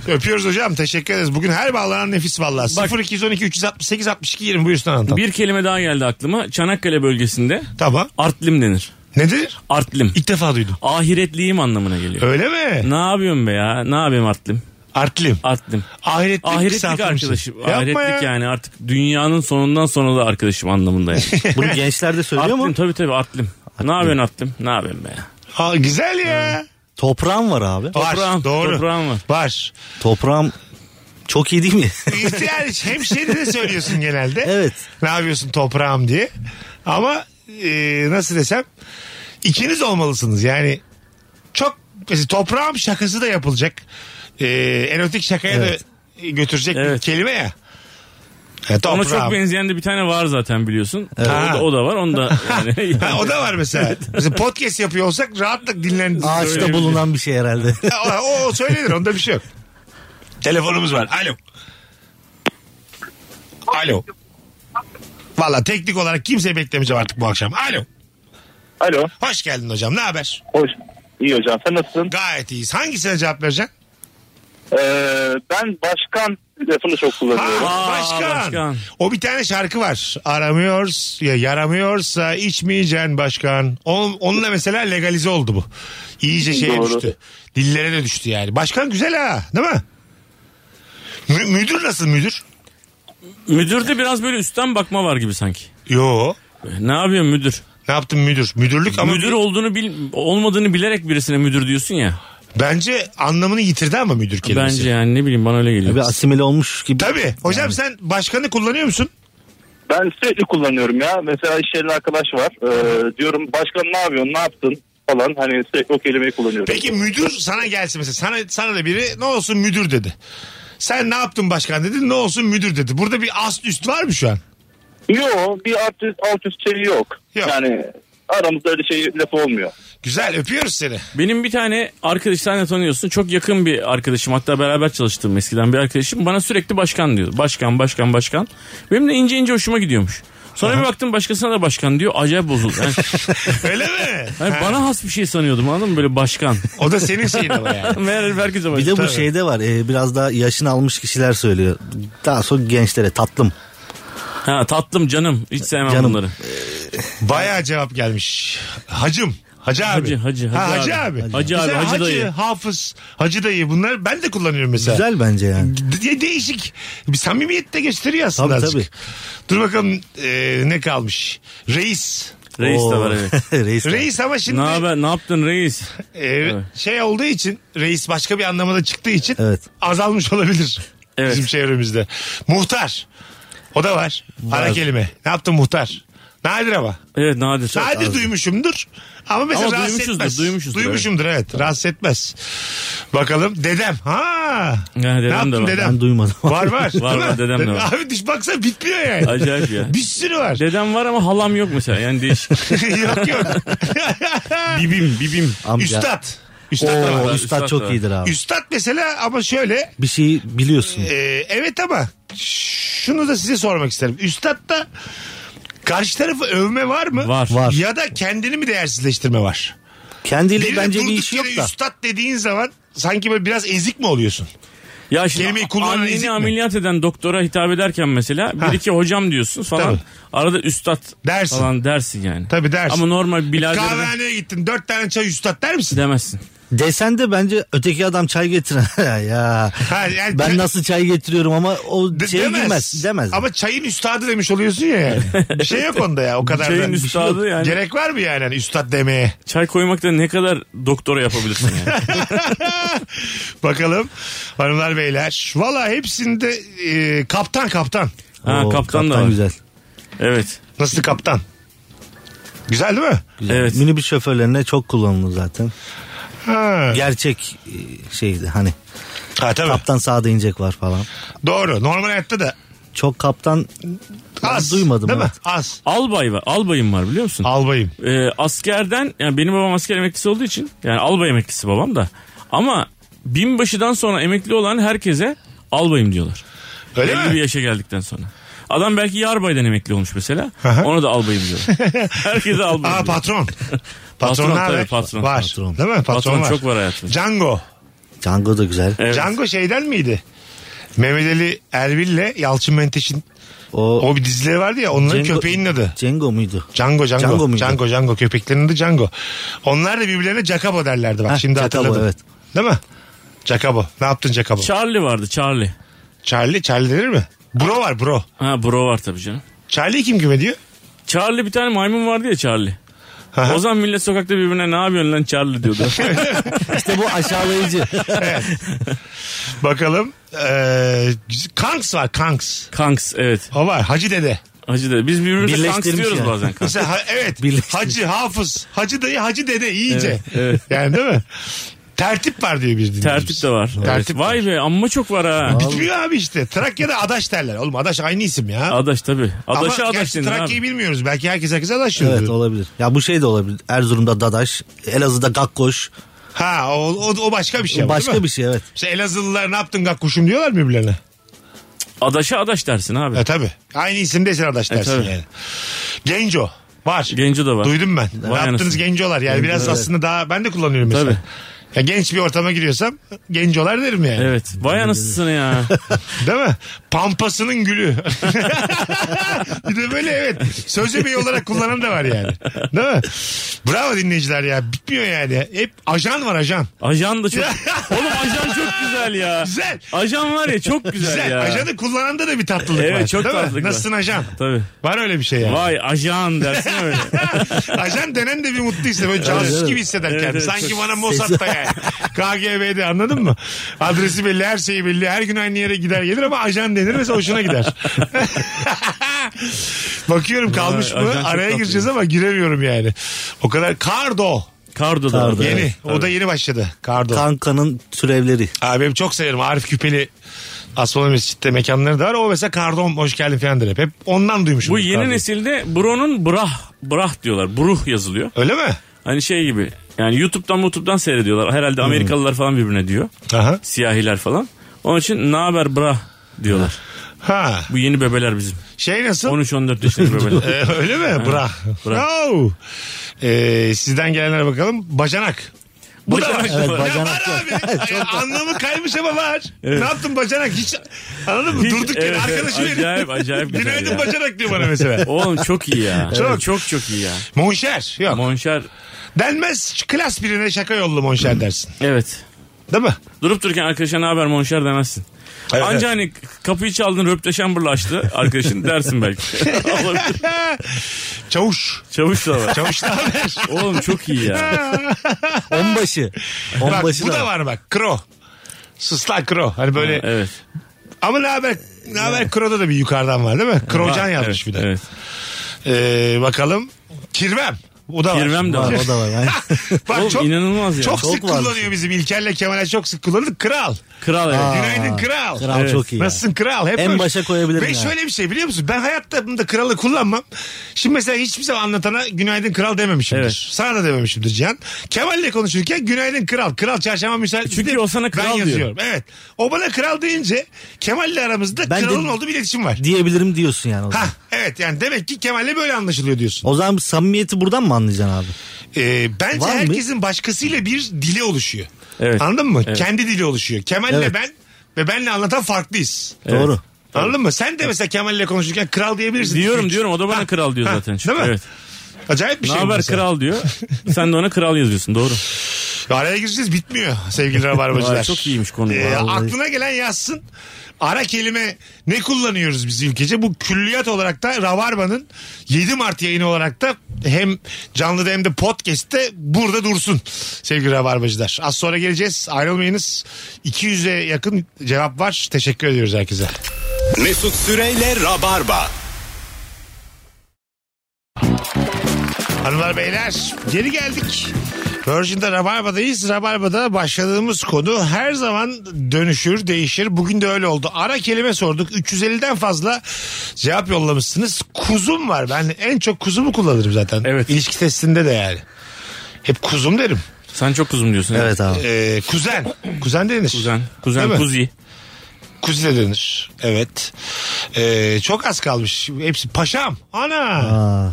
S1: Öpüyoruz hocam. Teşekkür ederiz. Bugün her bağlanan nefis vallahi.
S3: Bak-
S1: 0212 368 62 20 buyursun anlatan.
S3: bir kelime daha geldi aklıma. Çanakkale bölgesinde
S1: Tamam.
S3: artlim denir.
S1: Nedir?
S3: Artlim.
S1: İlk defa duydum.
S3: Ahiretliyim anlamına geliyor.
S1: Öyle mi?
S3: Ne yapıyorsun be ya? Ne yapayım artlim?
S1: Artlim.
S3: Artlim.
S1: Ahiretlik,
S3: Ahiretlik
S1: kısaltılmış.
S3: arkadaşım.
S1: Yapma
S3: Ahiretlik
S1: ya.
S3: yani artık dünyanın sonundan sonra da arkadaşım anlamında yani.
S2: Bunu gençler de söylüyor
S3: artlim
S2: mu?
S3: tabii tabii artlim. Ne yapıyorsun artlim? Ne yapayım be ya?
S1: Ha, güzel ya.
S2: Toprağım var abi.
S1: Var.
S3: Toprağım,
S1: doğru.
S3: toprağım var.
S1: Var.
S2: Toprağım çok iyi değil mi?
S1: Yani hemşeri de söylüyorsun genelde.
S2: Evet.
S1: Ne yapıyorsun toprağım diye. Ama e, nasıl desem ikiniz olmalısınız. Yani çok mesela toprağım şakası da yapılacak. E, erotik şakaya
S2: Evet.
S1: da götürecek bir
S3: Evet.
S1: kelime ya. E, toprağım.
S3: Ona çok benzeyen de bir tane var zaten biliyorsun. O, da, o da var. Onu da yani.
S1: Ha, o da var mesela. mesela podcast yapıyor olsak rahatlık dinlen.
S2: Ağaçta
S1: Söyle-
S2: bulunan bir şey herhalde.
S1: Ha, o, o söylenir onda bir şey yok. Telefonumuz var. Alo. Alo. Valla teknik olarak kimseyi beklemeyeceğim artık bu akşam. Alo.
S5: Alo.
S1: Hoş geldin hocam. Ne haber?
S5: Hoş. İyi hocam sen nasılsın?
S1: Gayet iyiyiz. Hangisine cevap vereceksin?
S5: Ee, ben başkan lafını çok
S1: Ha,
S5: kullanıyorum.
S3: Aa,
S1: başkan.
S3: başkan.
S1: O bir tane şarkı var. Aramıyoruz ya yaramıyorsa içmeyeceksin başkan. Onun, onunla mesela legalize oldu bu. İyice şeye
S5: Doğru.
S1: düştü. Dillere de düştü yani. Başkan güzel ha, değil mi? Mü- müdür nasıl müdür?
S3: Müdürde biraz böyle üstten bakma var gibi sanki.
S1: Yo.
S3: Ne yapıyorsun müdür?
S1: Ne yaptın müdür? Müdürlük ama
S3: müdür olduğunu bil, olmadığını bilerek birisine müdür diyorsun ya.
S1: bence anlamını yitirdi ama müdür kelimesi.
S3: Bence yani ne bileyim bana öyle geliyor.
S2: bir asimile olmuş gibi.
S1: Tabii. Hocam sen başkanı kullanıyor musun?
S5: Ben sürekli kullanıyorum ya. Mesela iş yerinde arkadaş var. Ee, diyorum başkan ne yapıyorsun ne yaptın falan. Hani sürekli o kelimeyi kullanıyorum.
S1: Peki müdür sana gelsin mesela. Sana, sana da biri ne olsun müdür dedi. Sen ne yaptın başkan dedi. Ne olsun müdür dedi. Burada bir ast üst var mı şu an?
S5: Yo bir alt üst, alt üst şey yok.
S1: Yok.
S5: Yani aramızda öyle şey laf olmuyor.
S1: Güzel öpüyoruz seni.
S3: Benim bir tane arkadaş sen de tanıyorsun. Çok yakın bir arkadaşım hatta beraber çalıştığım eskiden bir arkadaşım. Bana sürekli başkan diyor. Başkan başkan başkan. Benim de ince ince hoşuma gidiyormuş. Sonra bir baktım başkasına da başkan diyor. Acayip bozuldu. Yani,
S1: Öyle mi?
S3: yani bana has bir şey sanıyordum anladın mı? Böyle başkan.
S1: O da senin şeyin ama yani.
S3: Meğer herkese başkan.
S2: Bir de bu
S1: Tabii.
S2: şeyde var. e, biraz daha yaşını almış kişiler söylüyor. Daha sonra gençlere tatlım.
S3: Ha, tatlım canım. Hiç sevmem
S2: Canım.
S3: bunları.
S1: Bayağı cevap gelmiş. Hacım. Hacı abi.
S3: Hacı, hacı,
S1: Ha,
S3: hacı
S1: hacı abi.
S3: abi. Hacı abi,
S1: Mesela
S3: hacı dayı.
S1: hafız, hacı dayı bunlar ben de kullanıyorum mesela.
S2: Güzel bence yani.
S1: De- değişik. Bir samimiyet de gösteriyor aslında
S2: Tabii,
S1: azıcık. Dur bakalım e, ne kalmış. Reis.
S3: Reis de
S2: Oo.
S3: var evet.
S2: Reis, de var.
S1: Reis ama şimdi
S3: ne haber? Ne yaptın reis?
S1: e, şey olduğu için reis başka bir anlamada çıktığı için
S2: Evet.
S1: azalmış olabilir.
S3: Evet.
S1: Bizim çevremizde. Muhtar. O da var. Ara kelime. Ne yaptın muhtar? Nadir ama.
S3: Evet nadir.
S1: Nadir duymuşumdur. Ama mesela
S3: Ama
S1: rahatsız
S3: duymuşuzdur,
S1: etmez.
S3: duymuşuzdur,
S1: Duymuşumdur evet. Rahatsız etmez. Bakalım dedem. Ha.
S3: dedem
S1: ne
S3: de
S1: yaptın
S3: var.
S1: dedem?
S2: Ben duymadım.
S1: Var var.
S3: Var, var,
S1: Değil mi?
S3: dedem de var.
S1: Abi düş baksana bitmiyor yani.
S3: Acayip ya.
S1: Bir sürü var.
S3: Dedem var ama halam yok mesela. Yani değişik.
S1: yok yok.
S3: bibim bibim.
S2: Amca.
S1: Üstad. Üstad da
S2: Oo, üstad
S1: var.
S3: Üstad
S2: çok
S3: da.
S2: iyidir abi.
S1: Üstad mesela ama şöyle
S2: Bir şeyi biliyorsun.
S1: e, evet ama şunu da size sormak isterim. Üstad da karşı tarafı övme var mı?
S3: Var.
S2: Var.
S1: Ya da kendini mi değersizleştirme var?
S2: Kendiyle
S1: Birine
S2: bence bir
S1: durduk
S2: işi yok
S1: yere
S2: da.
S1: Üstad dediğin zaman sanki böyle biraz ezik mi oluyorsun?
S3: Ya şimdi
S1: Kelimeyi kullanan ezik
S3: anneni
S1: mi?
S3: ameliyat eden doktora hitap ederken mesela bir iki hocam diyorsun falan.
S1: Tabii.
S3: Arada üstad
S1: Dersin.
S3: falan dersin yani.
S1: Tabii dersin. E,
S3: Ama normal bilader
S1: Kahvehaneye gittin dört tane çay üstad der misin?
S3: demezsin.
S2: Desen de bence öteki adam çay getiren. ya.
S1: Ha, yani-
S2: ben nasıl çay getiriyorum ama o
S1: De-
S2: şey girmez. Demez.
S1: Ama çayın üstadı demiş oluyorsun ya yani. Bir şey yok onda ya o kadar
S3: Çayın
S1: da.
S3: üstadı
S1: Bir şey yok.
S3: yani.
S1: Gerek var mı yani hani üstad demeye?
S3: Çay koymakta ne kadar doktora yapabilirsin yani.
S1: Bakalım hanımlar beyler. Valla hepsinde e, kaptan kaptan.
S3: ha
S2: Oo,
S3: kaptan, da var.
S2: güzel.
S3: Evet.
S1: Nasıl kaptan? Güzel değil mi?
S2: güzel.
S3: Evet.
S2: Minibüs şoförlerine çok kullanılır zaten.
S1: Ha,
S2: Gerçek e, şeydi hani.
S1: ha tabii.
S2: Kaptan sağda inecek var falan.
S1: Doğru. Normal hayatta da
S2: çok kaptan
S1: Az.
S2: duymadım,
S1: Değil mi?
S2: evet.
S1: Az.
S3: Albay var. Albayım var biliyor musun?
S1: Albayım.
S3: Ee, askerden yani benim babam asker emeklisi olduğu için yani albay emeklisi babam da. Ama binbaşıdan sonra emekli olan herkese albayım diyorlar.
S1: Öyle
S3: Belli bir
S1: mi?
S3: yaşa geldikten sonra. Adam belki yarbaydan emekli olmuş mesela. Ona da albayım diyorlar. Herkese albayım. diyorlar.
S1: Aa patron.
S3: Patron,
S1: Patronlar
S3: tabii,
S1: var.
S3: patron.
S1: var.
S2: Patron.
S1: Değil mi? Patron,
S3: Patron
S1: var.
S3: çok var hayatımda.
S1: Django.
S2: Django da güzel.
S3: Evet.
S1: Django şeyden miydi? Mehmet Ali Erbil'le Yalçın Menteş'in
S2: O,
S1: o bir dizileri vardı ya onların
S2: Django-
S1: köpeğinin adı.
S2: Django muydu?
S1: Django Django.
S2: Django
S1: Django
S2: muydu?
S1: Django, köpeklerinin adı Django. Onlar da birbirlerine Jacobo derlerdi bak
S2: Heh,
S1: şimdi
S2: Jacobo,
S1: hatırladım.
S2: evet.
S1: Değil mi? Jacobo. Ne yaptın Jacobo?
S3: Charlie vardı Charlie.
S1: Charlie, Charlie denir mi? Bro var bro.
S3: Ha bro var tabii canım.
S1: Charlie kim kime diyor?
S3: Charlie bir tane maymun vardı ya Charlie.
S1: Aha.
S3: O zaman millet sokakta birbirine ne yapıyorsun lan Charlie diyordu.
S2: İşte bu aşağılayıcı.
S1: Bakalım. Ee, Kanks var Kanks.
S3: Kanks evet.
S1: O var Hacı Dede.
S3: Hacı da biz birbirimize kanks
S2: Birleştirmiş
S3: diyoruz
S2: yani.
S3: bazen. Kanks.
S1: Mesela ha- evet
S2: Birleşti.
S1: Hacı Hafız. Hacı dayı Hacı Dede iyice.
S3: Evet, evet.
S1: Yani değil mi? Tertip var diyor bir dinleyicimiz.
S3: Tertip de var.
S1: Tertip
S3: Evet. Vay be amma çok var ha.
S1: Bitmiyor abi işte. Trakya'da Adaş derler. Oğlum Adaş aynı isim ya.
S3: Adaş tabii. Adaş'a
S1: Ama
S3: adaş
S1: gerçi
S3: denir
S1: Trakya'yı
S3: abi.
S1: bilmiyoruz. Belki herkes herkese Adaş diyor.
S2: evet olabilir. Ya bu şey de olabilir. Erzurum'da Dadaş, Elazığ'da Gakkoş.
S1: Ha o, o, o başka bir şey. ama, değil
S2: başka
S1: mi?
S2: bir şey evet.
S1: İşte Elazığlılar ne yaptın gakkuşum diyorlar mı birbirlerine?
S3: Adaş'a adaş dersin abi.
S1: E tabi. Aynı isimdeysen Adaş
S3: E,
S1: dersin
S3: tabii.
S1: yani. Genco. Var.
S3: Genco da var.
S1: Duydum ben. ne
S3: anasını.
S1: yaptınız gencolar yani biraz
S2: evet.
S1: aslında daha ben de kullanıyorum mesela.
S3: Tabii.
S1: Ya genç bir ortama giriyorsam gencolar derim yani.
S3: Evet. Vay anasını ya.
S1: Değil mi? Pampasının gülü. bir de böyle evet. Sözlemeyi olarak kullanan da var yani. Değil mi? Bravo dinleyiciler ya. Bitmiyor yani. Hep ajan var ajan.
S3: Ajan da çok... Oğlum ajan çok güzel ya.
S1: Güzel.
S3: Ajan var ya çok güzel,
S1: Güzel.
S3: ya.
S1: Ajanı kullananda da bir tatlılık
S3: Evet,
S1: var.
S3: çok
S1: değil mi?
S3: tatlılık var.
S1: Nasılsın ajan?
S3: Tabii.
S1: Var öyle bir şey yani.
S3: Vay ajan dersin öyle.
S1: ajan denen de bir mutlu hisseder. Böyle casus
S2: evet.
S1: gibi hisseder
S3: Evet,
S1: kendini.
S3: evet,
S1: Sanki
S3: çok
S1: bana Mossad'da yani. KGB'de anladın mı? Adresi belli, her şeyi belli. Her gün aynı yere gider gelir ama ajan denir mesela hoşuna gider. Bakıyorum kalmış
S3: Vay,
S1: mı?
S3: ajan çok
S1: Araya
S3: tatlı.
S1: gireceğiz ama giremiyorum yani. O kadar. Kardo.
S3: Kardo da var.
S2: Kardo,
S1: Yeni.
S3: Evet.
S1: o da yeni başladı. Kardo.
S2: Kanka'nın türevleri.
S1: Abim çok severim. Arif Küpeli Asmalı Mescid'de mekanları da var. O mesela Kardon hoş geldin falan der hep. Hep ondan duymuşum.
S3: Bu yeni
S1: Kardon.
S3: nesilde Bro'nun Brah, Brah diyorlar. Bruh yazılıyor.
S1: Öyle mi?
S3: Hani şey gibi. Yani YouTube'dan YouTube'dan seyrediyorlar. Herhalde Amerikalılar falan birbirine diyor.
S1: Aha.
S3: Siyahiler falan. Onun için ne haber Brah diyorlar.
S1: Ha.
S3: Bu yeni bebeler bizim.
S1: Şey nasıl?
S3: 13-14 yaşındaki
S1: Ee,
S3: bebeler.
S1: öyle mi? Bra.
S3: bra.
S1: No. Ee, sizden gelenlere bakalım. Bacanak. Bu da var.
S3: Bacanak da Evet, var.
S2: bacanak
S1: Ya var abi. Ya anlamı kaymış ama var. Ne yaptın bacanak? Hiç anladın mı?
S3: Hiç-
S1: Durduk yere
S3: evet,
S1: arkadaşı
S3: evet.
S1: benim.
S3: Acayip, acayip güzel
S1: Günaydın
S3: ya.
S1: bacanak diyor bana mesela.
S3: Oğlum çok iyi ya.
S1: Çok.
S3: Çok çok çok iyi ya.
S1: monşer. Yok.
S3: Monşer
S1: Denmez. Klas birine şaka yollu monşer dersin.
S3: evet.
S1: Değil mi?
S3: Durup dururken arkadaşa ne haber monşer demezsin.
S1: Evet,
S3: Anca hani kapıyı çaldın röpteşen burlaştı arkadaşın dersin belki. Olabilir.
S1: Çavuş.
S3: Çavuş da var.
S1: Çavuş ne haber?
S3: Oğlum çok iyi ya.
S2: Onbaşı.
S1: bak
S2: Onbaşı
S1: bu da
S2: da.
S1: var bak. Kro. Sısla kro. Hani böyle
S3: Evet.
S1: ama ne haber ne haber kroda da bir yukarıdan var değil mi? Krocan
S3: Var,
S1: yazmış
S3: evet,
S1: bir de.
S3: Evet.
S1: Ee, bakalım. Kirvem. O da var.
S3: Kirvem de
S2: Var,
S3: var.
S2: o da var. Yani.
S1: Bak
S3: Oğlum
S1: çok,
S3: inanılmaz ya.
S1: çok,
S2: Çok
S1: sık
S2: var.
S1: kullanıyor bizim İlker'le Kemal'e çok sık kullanıyor. Kral.
S3: Kral evet.
S2: Aa,
S1: Günaydın kral.
S2: Kral
S3: Evet.
S2: çok iyi. ya.
S1: Nasılsın kral? Hep
S2: En
S1: böyle-
S2: başa koyabilirim
S1: Ve
S2: yani.
S1: şöyle bir şey biliyor musun? Ben hayatımda kralı kullanmam. Şimdi mesela hiçbir zaman anlatana günaydın kral dememişimdir.
S3: Evet.
S1: Sana da dememişimdir Cihan. Kemal'le konuşurken günaydın kral. Kral çarşamba müsait.
S3: E Çünkü
S1: değil.
S3: o sana kral
S1: ben
S3: diyor.
S1: yazıyorum. Evet. O bana kral deyince Kemal'le aramızda
S2: Ben de-
S1: kralın olduğu bir iletişim var.
S2: Diyebilirim diyorsun yani o
S1: Ha
S2: zaman.
S1: evet yani demek ki Kemal'le böyle anlaşılıyor diyorsun.
S2: O zaman samimiyeti buradan mı anlayacaksın abi?
S1: Ee, bence
S2: Var mı?
S1: herkesin başkasıyla bir dili oluşuyor.
S3: Evet.
S1: Anladın mı?
S3: Evet.
S1: Kendi dili oluşuyor. Kemal'le
S2: Evet.
S1: ben ve benle anlatan farklıyız.
S2: Doğru.
S1: Anladın mı? Sen de mesela Kemal'le konuşurken kral diyebilirsin.
S3: Diyorum
S1: Üç.
S3: diyorum o da bana
S1: Ha,
S3: kral diyor
S1: ha,
S3: zaten. çünkü.
S1: Değil mi?
S3: Evet.
S1: Acayip bir
S3: Ne
S1: şey.
S3: haber
S1: mesela.
S3: kral diyor. Sen de ona kral yazıyorsun doğru.
S1: Araya gireceğiz bitmiyor sevgili rabarbacılar.
S3: Vay, çok iyiymiş konu.
S1: Ee,
S3: Vallahi.
S1: aklına gelen yazsın. Ara kelime ne kullanıyoruz biz ülkece? Bu külliyat olarak da Rabarba'nın 7 Mart yayını olarak da hem canlıda hem de podcast'te burada dursun sevgili Rabarbacılar. Az sonra geleceğiz ayrılmayınız. 200'e yakın cevap var. Teşekkür ediyoruz herkese.
S6: Mesut Süreyle Rabarba.
S1: Hanımlar beyler geri geldik. Virgin'de Rabarba'dayız. Rabarba'da başladığımız konu her zaman dönüşür, değişir. Bugün de öyle oldu. Ara kelime sorduk. 350'den fazla cevap yollamışsınız. Kuzum var. Ben en çok kuzumu kullanırım zaten.
S3: Evet.
S1: İlişki testinde de yani. Hep kuzum derim.
S3: Sen çok kuzum diyorsun.
S2: Evet abi.
S1: Ee, kuzen.
S3: Kuzen,
S1: Kuzen denir. Değil mi?
S3: kuzen, kuzi.
S1: Kuzi de denir. Evet. Ee, çok az kalmış. Hepsi paşam. Ana.
S2: Aa,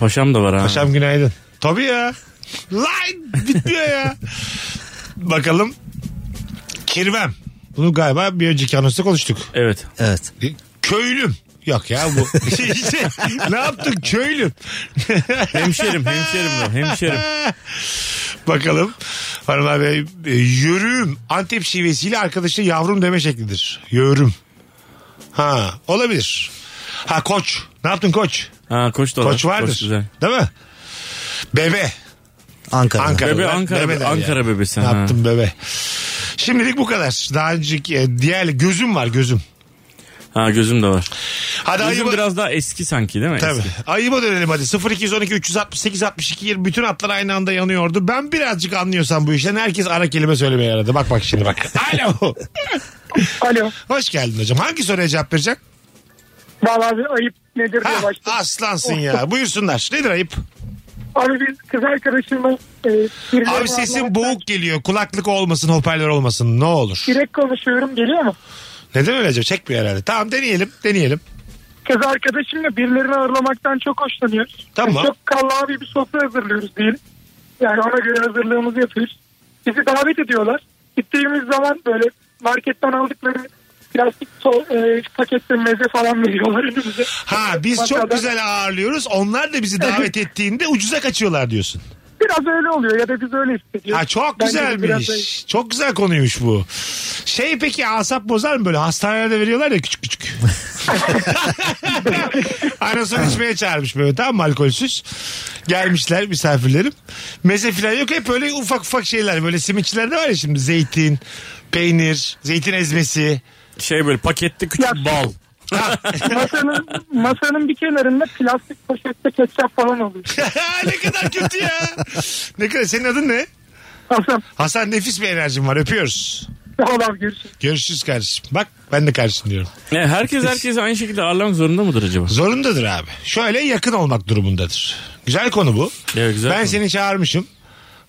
S3: Paşam da var ha.
S1: Paşam günaydın. Tabii ya. Line bitmiyor ya. Bakalım. Kirvem. Bunu galiba bir önceki anonsta konuştuk.
S3: Evet.
S2: evet.
S1: Köylüm. Yok ya bu. Şey, ne yaptın köylüm?
S3: Hemşerim, hemşerim ben, hemşerim.
S1: Bakalım. Hanımlar bey. e, Yörüm. Antep şivesiyle arkadaşına yavrum deme şeklidir. Yörüm. Ha olabilir. Ha koç. Ne yaptın koç?
S3: Ha koç da var.
S1: Koç vardır.
S3: Koç güzel.
S1: Değil mi? Bebe.
S2: Ankara'da.
S1: Ankara.
S3: Bebe
S1: Ben-
S3: Ankara,
S1: bebe
S3: bebe,
S1: der
S3: Ankara
S1: yani.
S3: bebesi.
S1: Ne
S3: ha.
S1: yaptım bebe? Şimdilik bu kadar. Daha önceki e, diğer gözüm var gözüm.
S3: Ha gözüm de var.
S1: Hadi
S3: Gözüm
S1: ayıba,
S3: biraz daha eski sanki değil mi?
S1: tabii.
S3: Eski.
S1: ayıba dönelim hadi. 0212 368 62 20 bütün atlar aynı anda yanıyordu. Ben birazcık anlıyorsam bu işten herkes ara kelime söylemeye yaradı. Bak bak şimdi bak. Alo.
S7: Alo.
S1: Hoş geldin hocam. Hangi soruya cevap verecek?
S7: Vallahi bir ayıp nedir diye
S1: Ha,
S7: başladım.
S1: aslansın ya. Buyursunlar. Nedir ayıp?
S7: Abi bir kız arkadaşımla e, birileri
S1: Abi
S7: varlar.
S1: sesin boğuk geliyor. Kulaklık olmasın, hoparlör olmasın. Ne olur.
S7: Direkt konuşuyorum geliyor mu?
S1: Neden öyle acaba? Çekmiyor herhalde. Tamam deneyelim. Deneyelim.
S7: Kız arkadaşımla birilerini ağırlamaktan çok hoşlanıyoruz.
S1: Tamam.
S7: Yani çok kallavi bir sofra hazırlıyoruz diyelim. Yani ona göre hazırlığımızı yapıyoruz. Bizi davet ediyorlar. Gittiğimiz zaman böyle marketten aldıkları plastik to- e, pakette meze falan veriyorlar önümüze.
S1: Ha biz çok
S7: Masada.
S1: güzel ağırlıyoruz. Onlar da bizi davet ettiğinde ucuza kaçıyorlar diyorsun.
S7: Biraz öyle oluyor ya da biz öyle hissediyoruz.
S1: Ha çok
S7: Bence de biraz öyle.
S1: güzelmiş. Çok güzel konuymuş bu. Şey peki asap bozar mı böyle? Hastanelerde veriyorlar ya küçük küçük. Anasını içmeye çağırmış böyle tamam mı alkolsüz. Gelmişler misafirlerim. Meze falan yok hep böyle ufak ufak şeyler. Böyle simitçilerde var ya şimdi zeytin, peynir, zeytin ezmesi.
S3: Şey böyle pakette küçük
S7: Ya-
S3: bal.
S7: masanın, masanın bir kenarında plastik poşette ketçap falan oluyor.
S1: ne kadar kötü ya. Ne kadar senin adın ne?
S7: Hasan,
S1: Hasan nefis bir enerjin var öpüyoruz.
S7: sağ ol görüşürüz.
S1: Görüşürüz kardeşim. Bak ben de kardeşim diyorum.
S3: Ne, herkes herkesi aynı şekilde ağırlamak zorunda mıdır acaba?
S1: Zorundadır abi. Şöyle yakın olmak durumundadır. Güzel konu bu.
S3: Evet, güzel
S1: ben
S3: konu.
S1: seni çağırmışım.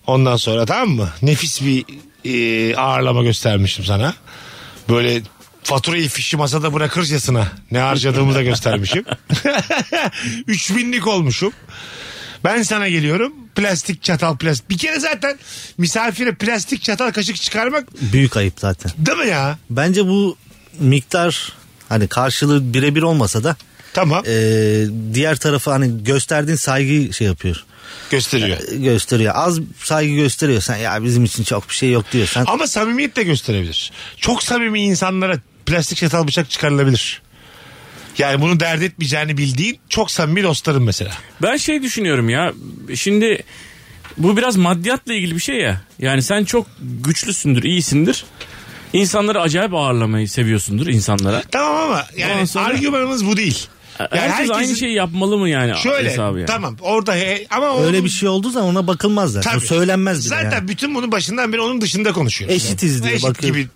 S1: Ondan sonra tamam mı? Nefis bir e, ağırlama göstermişim sana. Böyle faturayı fişi masada bırakırcasına ne harcadığımı da göstermişim. Üç binlik olmuşum. Ben sana geliyorum. Plastik çatal plastik. Bir kere zaten misafire plastik çatal kaşık çıkarmak
S2: Büyük ayıp zaten.
S1: değil mi ya?
S2: Bence bu miktar hani karşılığı birebir olmasa da
S1: Tamam.
S2: e, diğer tarafı hani gösterdiğin saygıyı şey yapıyor.
S1: gösteriyor.
S2: E, gösteriyor. Az saygı gösteriyorsan ya bizim için çok bir şey yok diyorsan.
S1: Ama samimiyet de gösterebilir. Çok samimi insanlara plastik çatal bıçak çıkarılabilir. Yani bunu dert etmeyeceğini bildiğin çok samimi dostların mesela.
S3: Ben şey düşünüyorum ya. Şimdi bu biraz maddiyatla ilgili bir şey ya. Yani sen çok güçlüsündür, iyisindir. İnsanları acayip ağırlamayı seviyorsundur insanlara.
S1: Tamam ama
S3: Ondan
S1: yani
S3: sonra-
S1: argümanımız bu değil. Yani
S3: Herkes aynı
S1: herkesin-
S3: şeyi yapmalı mı yani
S1: Şöyle
S3: hesabı yani?
S1: tamam orada he- ama
S2: Öyle
S1: onun-
S2: bir şey olduğu zaman ona bakılmaz zaten.
S1: Tabii.
S2: O söylenmez bile
S1: Zaten
S2: yani.
S1: bütün bunu başından beri onun dışında konuşuyoruz.
S2: Eşitiz diye
S1: Eşit
S2: bakıyorum.
S1: gibi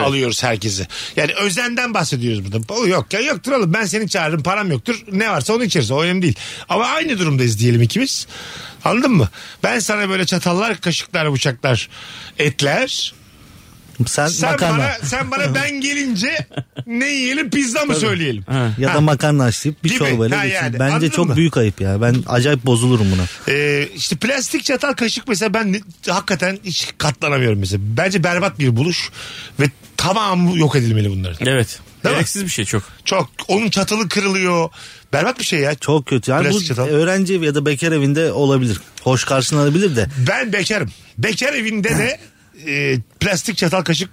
S1: alıyoruz herkesi. Yani özenden bahsediyoruz burada. O yok ya yoktur oğlum ben seni çağırırım param yoktur. Ne varsa onu içeriz o önemli değil. Ama aynı durumdayız diyelim ikimiz. Anladın mı? Ben sana böyle çatallar, kaşıklar, bıçaklar, etler.
S2: Sen,
S1: Sen
S2: makarna
S1: bana sen bana ben gelince ne yiyelim pizza mı söyleyelim?
S2: ya da makarna açlayıp bir
S1: Gibi.
S2: çorbayla
S1: Ha
S2: geçeyim.
S1: yani, anladın
S2: Bence çok
S1: mı?
S2: büyük ayıp ya. Ben acayip bozulurum buna.
S1: Ee, işte plastik çatal kaşık mesela ben ne- hakikaten hiç katlanamıyorum mesela. Bence berbat bir buluş ve tamamı yok edilmeli bunların.
S3: Evet.
S1: Değil mi?
S3: Gereksiz bir şey çok.
S1: Çok onun çatalı kırılıyor. Berbat bir şey ya.
S2: Çok kötü. Yani bu
S1: Plastik çatal.
S2: öğrenci evi ya da bekar evinde olabilir. Hoş karşılanabilir de.
S1: Ben bekarım. Bekar evinde de e, plastik çatal kaşık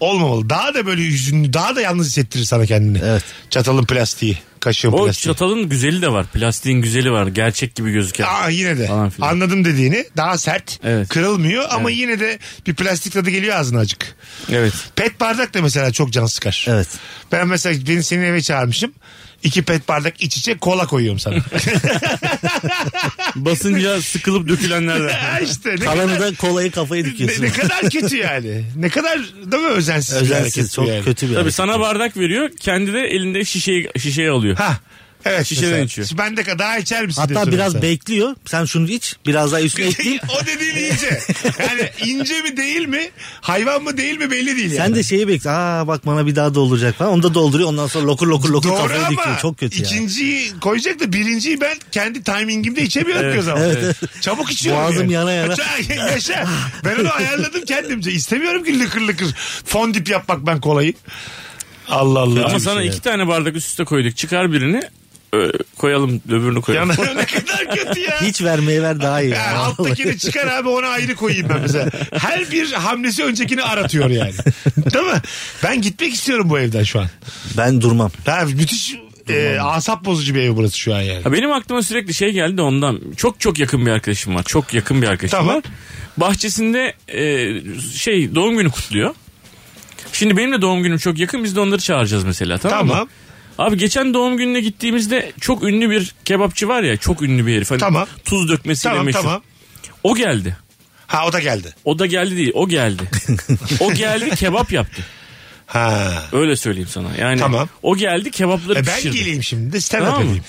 S1: olmamalı. Daha da böyle yüzünü daha da yalnız hissettirir sana kendini.
S2: Evet.
S1: Çatalın plastiği. Kaşığın
S3: O
S1: plastiği.
S3: çatalın güzeli de var. Plastiğin güzeli var. Gerçek gibi gözüken.
S1: Aa yine de.
S3: Falan filan.
S1: Anladım dediğini. Daha sert.
S3: Evet.
S1: Kırılmıyor ama yine de bir plastik tadı geliyor ağzına acık.
S3: Evet.
S1: Pet bardak da mesela çok can sıkar.
S2: Evet.
S1: Ben mesela beni senin eve çağırmışım. İki pet bardak iç içe kola koyuyorum sana.
S3: Basınca sıkılıp dökülenlerden.
S1: işte ne
S2: Kalanı
S1: kadar,
S2: da kolayı kafaya
S1: ne,
S2: dikiyorsun.
S1: ne kadar kötü yani. Ne kadar değil mi özensiz, bir hareket
S2: Özensiz
S1: bu
S2: çok
S1: yani.
S2: kötü bir
S3: Tabii
S2: hareket.
S3: sana bardak veriyor. Kendi de elinde şişeyi, şişeyi alıyor.
S1: Ha. Evet.
S3: Şişeden
S1: mesela.
S3: içiyor.
S1: Ben de daha içer misin? diye
S2: Hatta
S1: soruyorum
S2: biraz
S1: sana.
S2: bekliyor. Sen şunu iç. Biraz daha üstüne ekleyeyim.
S1: o dediğin ince. Yani ince mi değil mi? Hayvan mı değil mi belli değil yani.
S2: Sen de şeyi bekle. Aa bak bana bir daha dolduracak falan. Onu da dolduruyor. Ondan sonra lokur lokur lokur
S1: Doğru
S2: kafaya
S1: ama
S2: dikiyor. Çok kötü ya.
S1: ikinciyi koyacak da birinciyi ben kendi timingimde içemiyorum ki o zaman. Çabuk içiyorum.
S2: Boğazım yana yana.
S1: Yaşa. Ben onu ayarladım kendimce. İstemiyorum ki lıkır lıkır fondip yapmak ben kolayı. Allah Allah.
S3: Ama
S2: şey
S3: sana iki tane bardak üst üste koyduk. Çıkar birini ö, koyalım öbürünü koyalım.
S1: Yana- ne kadar kötü ya.
S2: Hiç vermeye ver daha iyi.
S1: Ya
S2: Ya.
S1: alttakini çıkar abi ona ayrı koyayım ben mesela. Her bir hamlesi öncekini aratıyor yani. Değil mi? Ben gitmek istiyorum bu evden şu an.
S2: Ben durmam.
S1: Ha, müthiş e, asap bozucu bir ev burası şu an yani.
S3: Ha, benim aklıma sürekli şey geldi de ondan. Çok çok yakın bir arkadaşım var. Çok yakın bir arkadaşım
S1: Tamam.
S3: var. Bahçesinde e, şey doğum günü kutluyor. Şimdi benim de doğum günüm çok yakın. Biz de onları çağıracağız mesela tamam, mı?
S1: Tamam.
S3: Abi geçen doğum gününe gittiğimizde çok ünlü bir kebapçı var ya. Çok ünlü bir herif. Hani
S1: Tamam.
S3: Tuz dökmesiyle
S1: Tamam
S3: meşhur.
S1: tamam.
S3: O geldi.
S1: Ha o da geldi.
S3: O da geldi değil. O geldi. o geldi kebap yaptı.
S1: Ha.
S3: Öyle söyleyeyim sana. Yani
S1: Tamam.
S3: o geldi kebapları
S1: E, ben
S3: pişirdi.
S1: geleyim şimdi de stand up
S3: Tamam.
S1: yapayım.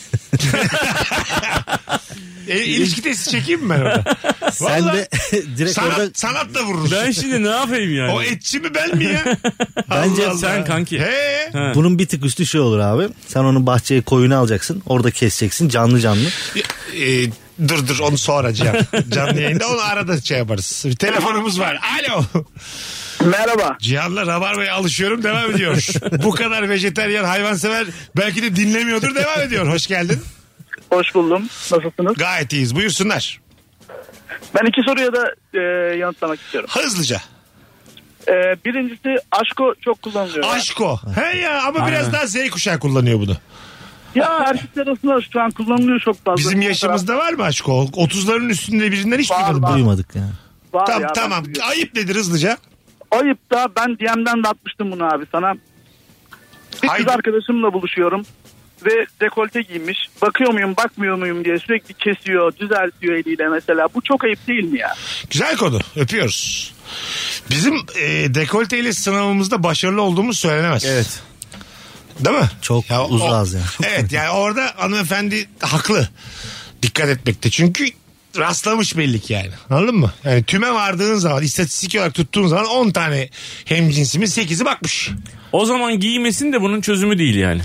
S1: e, ilişki testi çekeyim mi ben orada?
S2: Sen
S1: Vallahi
S2: de direkt
S1: sanat,
S2: orada
S1: sanat da vururuz.
S3: Ben şimdi ne yapayım yani?
S1: O etçi mi ben mi ya?
S2: Bence
S3: sen kanki.
S1: He.
S2: bunun bir tık üstü şey olur abi. Sen onun bahçeye koyunu alacaksın. Orada keseceksin canlı canlı.
S1: E, dur dur onu sonra Cihan. Canlı yayında onu arada şey yaparız. Bir telefonumuz var. Alo.
S5: Merhaba.
S1: Cihan'la Rabarba'ya alışıyorum devam ediyor. Bu kadar vejeteryan hayvansever belki de dinlemiyordur devam ediyor. Hoş geldin.
S5: Hoş buldum. Nasılsınız?
S1: Gayet iyiyiz. Buyursunlar.
S5: Ben iki soruya da e, yanıtlamak istiyorum.
S1: Hızlıca.
S5: E, birincisi aşko çok kullanılıyor.
S1: Aşko. He ya ama biraz daha Z kuşağı kullanıyor bunu.
S5: Ya erkekler arasında şu an kullanılıyor çok fazla.
S1: Bizim yaşımızda var mı aşko? 30'ların üstünde birinden hiç
S5: Var,
S1: duymadım.
S5: var.
S2: Duymadık ya.
S5: Var
S1: Tamam
S5: ya, ben
S1: tamam.
S5: biliyorum.
S1: Ayıp nedir hızlıca?
S5: Ayıp da ben DM'den de atmıştım bunu abi sana. Bir
S1: Haydi.
S5: kız arkadaşımla buluşuyorum ve dekolte giymiş. Bakıyor muyum bakmıyor muyum diye sürekli kesiyor düzeltiyor eliyle mesela. Bu çok ayıp değil mi ya?
S1: Güzel konu. Öpüyoruz. Bizim e, dekolteyle sınavımızda başarılı olduğumuz söylenemez.
S3: Evet.
S1: Değil mi?
S2: Çok uzağız yani.
S1: Evet yani orada hanımefendi haklı. Dikkat etmekte. Çünkü rastlamış belli ki yani. Anladın mı? Yani tüme vardığın zaman istatistik olarak tuttuğun zaman 10 tane hemcinsimin 8'i bakmış.
S3: O zaman giymesin de bunun çözümü değil yani.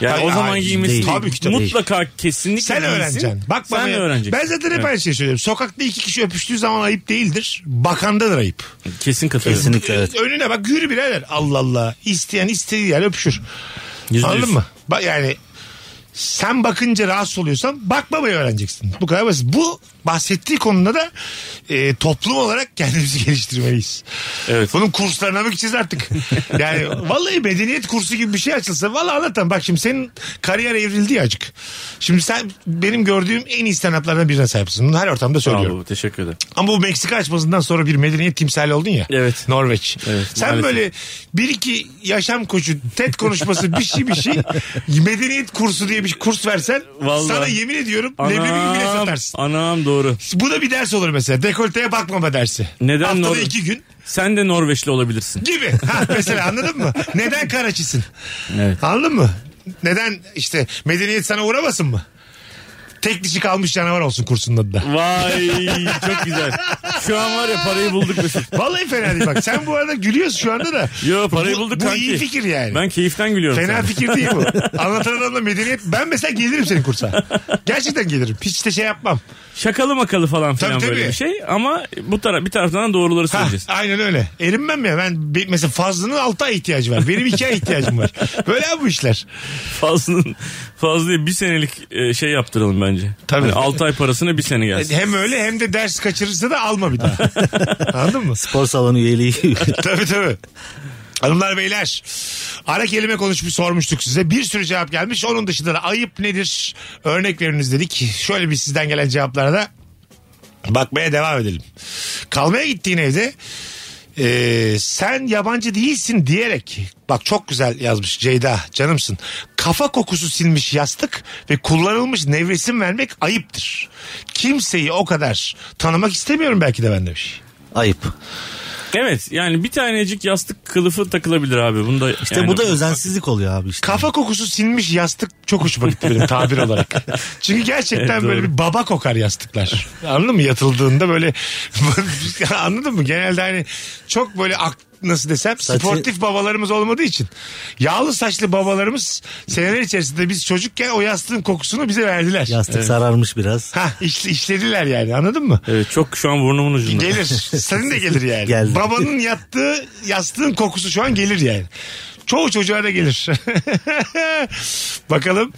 S3: Yani
S1: Hayır,
S3: o zaman
S1: hayır,
S3: giymesi
S2: değil.
S3: değil.
S1: Tabii ki de değil.
S3: Mutlaka kesinlikle
S1: Sen
S3: giysin.
S1: öğreneceksin. Bak bana
S3: Sen
S1: ya.
S3: öğreneceksin.
S1: Ben zaten hep
S3: Evet.
S1: aynı şeyi söylüyorum. Sokakta iki kişi öpüştüğü zaman ayıp değildir. Bakandadır ayıp.
S3: Kesin katılıyorum.
S2: Kesinlikle evet.
S1: Önüne bak yürü birader. Allah Allah. İsteyen istediği yer öpüşür.
S3: Yüzde
S1: Anladın
S3: yüz.
S1: mı? Bak yani sen bakınca rahatsız oluyorsan bakmamayı öğreneceksin. Bu kadar basit. Bu bahsettiği konuda da e, toplum olarak kendimizi geliştirmeliyiz.
S3: Evet.
S1: Bunun kurslarına mı gideceğiz artık? Yani vallahi medeniyet kursu gibi bir şey açılsa vallahi anlatan bak şimdi senin kariyer evrildi ya acık. Şimdi sen benim gördüğüm en iyi stand-up'lardan birine sahipsin. Bunu her ortamda
S3: Sağ ol
S1: söylüyorum.
S3: baba, teşekkür ederim.
S1: Ama bu Meksika açmasından sonra bir medeniyet timsali oldun ya.
S3: Evet.
S1: Norveç.
S3: Evet,
S1: Sen
S3: maalesef.
S1: böyle bir iki yaşam koçu, TED konuşması bir şey bir şey medeniyet kursu diye bir kurs versen
S3: Vallahi.
S1: sana yemin ediyorum leblebini bile
S3: Anam,
S1: satarsın.
S3: anam doğru.
S1: Bu da bir ders olur mesela. Dekolteye bakmama dersi.
S3: Neden
S1: Haftada
S3: Norveç?
S1: iki gün
S3: Sen de Norveçli olabilirsin.
S1: gibi. Ha, mesela anladın mı? Neden Karaçisin?
S3: Evet.
S1: Anladın mı? Neden işte medeniyet sana uğramasın mı? Tek dişi kalmış canavar olsun kursunun adı da.
S3: Vay çok güzel. Şu an var ya parayı bulduk Mesut.
S1: Vallahi fena değil bak. Sen bu arada gülüyorsun şu anda da.
S3: Yo parayı
S1: Bu-
S3: bulduk
S1: bu
S3: kanki.
S1: iyi fikir yani.
S3: Ben keyiften gülüyorum.
S1: Fena
S3: sana.
S1: fikir değil bu. Anlatan adamla medeniyet. Ben mesela gelirim senin kursa. Gerçekten gelirim. Hiç de şey yapmam.
S3: Şakalı makalı falan filan
S1: Tabii,
S3: böyle
S1: tabii.
S3: bir şey. Ama bu taraf bir taraftan da doğruları
S1: Ha,
S3: söyleyeceğiz.
S1: aynen öyle. Erinmem ya. Ben bir- mesela Fazlı'nın 6 ay ihtiyacı var. Benim 2 ay ihtiyacım var. Böyle abi bu işler.
S3: Fazlının Fazlı'ya bir senelik e, şey yaptıralım bence.
S1: Tabii.
S3: 6 ay parasına bir sene gelsin.
S1: Hem öyle hem de ders kaçırırsa da alma bir daha. Anladın mı?
S2: Spor salonu üyeliği.
S1: tabii tabii. Hanımlar beyler ara kelime konuşmuş sormuştuk size bir sürü cevap gelmiş onun dışında da ayıp nedir örnek veriniz dedik şöyle bir sizden gelen cevaplara da bakmaya devam edelim. Kalmaya gittiğin evde e, sen yabancı değilsin diyerek bak çok güzel yazmış Ceyda canımsın kafa kokusu silmiş yastık ve kullanılmış nevresim vermek ayıptır. Kimseyi o kadar tanımak istemiyorum belki de ben demiş.
S2: Ayıp.
S3: Evet yani bir tanecik yastık kılıfı takılabilir abi. Bunda
S2: İşte bu da özensizlik oluyor abi işte.
S1: Kafa kokusu sinmiş yastık çok hoşuma gitti benim tabir olarak. Çünkü gerçekten
S3: Evet, doğru.
S1: böyle bir baba kokar yastıklar. Anladın mı? Yatıldığında böyle anladın mı? Genelde hani çok böyle ak nasıl desem
S2: Saçı-
S1: sportif babalarımız olmadığı için yağlı saçlı babalarımız seneler içerisinde biz çocukken o yastığın kokusunu bize verdiler.
S2: Yastık sararmış biraz.
S1: Ha iş- işlediler yani anladın mı?
S3: Evet çok şu an burnumun ucunda.
S1: Gelir. Senin de gelir yani.
S2: Geldi.
S1: Babanın yattığı yastığın kokusu şu an gelir yani. Çoğu çocuğa da gelir. Bakalım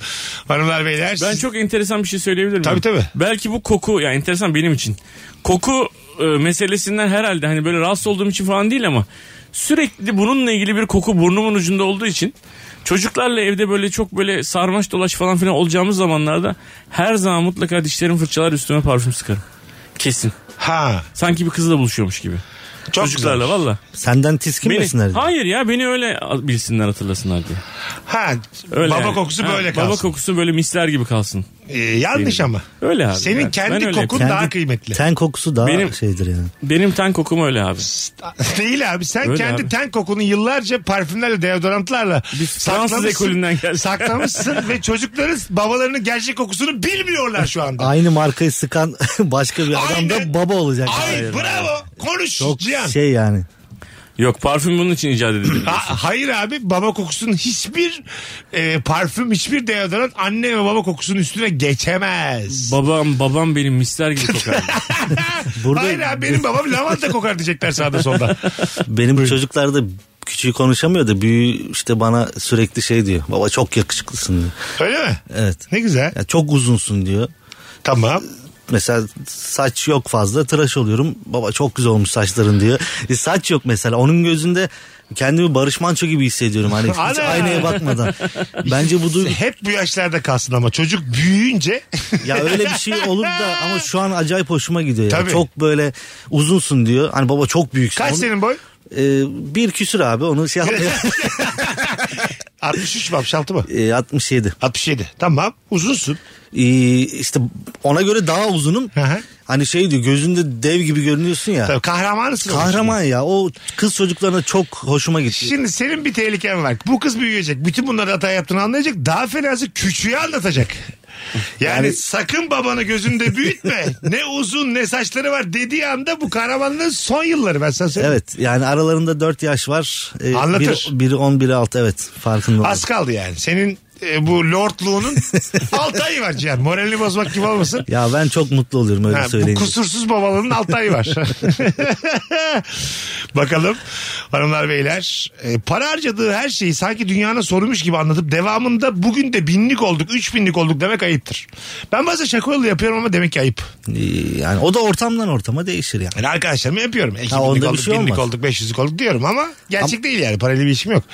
S1: hanımlar beyler.
S3: Ben çok enteresan bir şey söyleyebilir miyim?
S1: Tabii, tabii.
S3: Belki bu koku ya enteresan benim için. Koku e, meselesinden herhalde hani böyle rahatsız olduğum için falan değil ama sürekli bununla ilgili bir koku burnumun ucunda olduğu için çocuklarla evde böyle çok böyle sarmaş dolaş falan filan olacağımız zamanlarda her zaman mutlaka dişlerim fırçalar üstüme parfüm sıkarım. Kesin.
S1: Ha.
S3: Sanki bir kızla buluşuyormuş gibi.
S1: Çok
S3: Çocuklarla
S1: güzel.
S3: valla.
S2: Senden tiskinmesinler.
S3: Beni-
S2: diye.
S3: Hayır ya beni öyle bilsinler hatırlasınlar diye.
S1: Ha.
S3: Öyle
S1: baba
S3: yani.
S1: kokusu
S3: Ha,
S1: böyle kalsın.
S3: Baba kokusu böyle misler gibi kalsın.
S1: Ee, yanlış ama.
S3: Öyle abi.
S1: Senin
S3: Ben- ben
S1: kendi
S3: öyle
S1: kokun
S3: yapıyorum.
S1: daha
S2: Kendi
S1: kıymetli.
S2: Ten kokusu daha
S3: Benim-
S2: şeydir yani.
S3: Benim ten kokum öyle abi.
S1: Değil abi sen
S3: Öyle
S1: kendi
S3: abi.
S1: ten kokunu yıllarca parfümlerle deodorantlarla
S3: Biz Fransız
S1: saklamışsın-
S3: ekolünden geldik.
S1: Saklamışsın ve çocukların babalarının gerçek kokusunu bilmiyorlar şu anda.
S2: Aynı markayı sıkan başka bir adam
S1: Aynen.
S2: da baba olacak.
S1: Ay
S2: Hayır.
S1: bravo konuş
S2: Çok
S1: Cihan.
S2: şey yani.
S3: Yok parfüm bunun için icat edildi.
S1: Ha- hayır abi baba kokusunun hiçbir e, parfüm hiçbir deodorant anne ve baba kokusunun üstüne geçemez.
S3: babam babam benim misler gibi kokar.
S2: Burada
S1: Hayır abi benim babam lavanta kokar diyecekler sağda solda.
S2: benim çocuklar da küçüğü konuşamıyor da büyüğü işte bana sürekli şey diyor. Baba çok yakışıklısın diyor.
S1: Öyle mi?
S2: Evet.
S1: Ne güzel.
S2: Ya çok uzunsun diyor.
S1: Tamam.
S2: Mesela saç yok fazla tıraş oluyorum. Baba çok güzel olmuş saçların diyor. E, saç yok mesela onun gözünde kendimi Barış Manço gibi hissediyorum. Hani hiç
S1: Ana!
S2: aynaya bakmadan. Bence bu duygu
S1: Hep bu yaşlarda kalsın ama çocuk büyüyünce
S2: Ya öyle bir şey olur da ama şu an acayip hoşuma gidiyor. Ya.
S1: Tabii.
S2: Çok böyle uzunsun diyor. Hani baba çok büyüksün.
S1: kaç
S2: Onu-
S1: senin boy?
S2: Ee, bir küsür abi onu şey yapmıyor.
S1: 63 mi 66 mı?
S2: Ee, 67.
S1: 67. Tamam. Uzunsun.
S2: Ee, işte ona göre daha uzunum.
S1: Hı hı.
S2: Hani şey diyor gözünde dev gibi görünüyorsun ya.
S1: Tabii kahramanısın.
S2: Kahraman ya o kız çocuklarına çok hoşuma gitti.
S1: Şimdi senin bir tehliken var. Bu kız büyüyecek. Bütün bunları hata yaptığını anlayacak. Daha fenası küçüğü anlatacak. Yani, sakın babanı gözünde büyütme. ne uzun ne saçları var dediği anda bu kahramanlığın son yılları ben sana söyleyeyim.
S2: Evet yani aralarında 4 yaş var. Ee,
S1: Anlatır.
S2: Biri, biri 10 biri 6 evet farkındayım.
S1: Az kaldı yani. Senin e, bu lordluğunun altı ayı var Cihan. Moralini bozmak gibi olmasın.
S2: Ya ben çok mutlu oluyorum öyle
S1: Ha, bu
S2: söyleyince.
S1: kusursuz babalığın altı ayı var. Bakalım hanımlar beyler. E, para harcadığı her şeyi sanki dünyanın sorumuş gibi anlatıp devamında bugün de binlik olduk, üç binlik olduk demek ayıptır. Ben bazen şakalı yapıyorum ama demek ki ayıp.
S2: Ee, Yani o da ortamdan ortama değişir yani.
S1: Yani arkadaşlarımı yapıyorum. İki
S2: Ha, onda
S1: binlik
S2: bir
S1: olduk,
S2: şey
S1: binlik
S2: olmaz.
S1: olduk, beş yüzlük olduk diyorum ama gerçek değil yani. Parayla bir işim yok.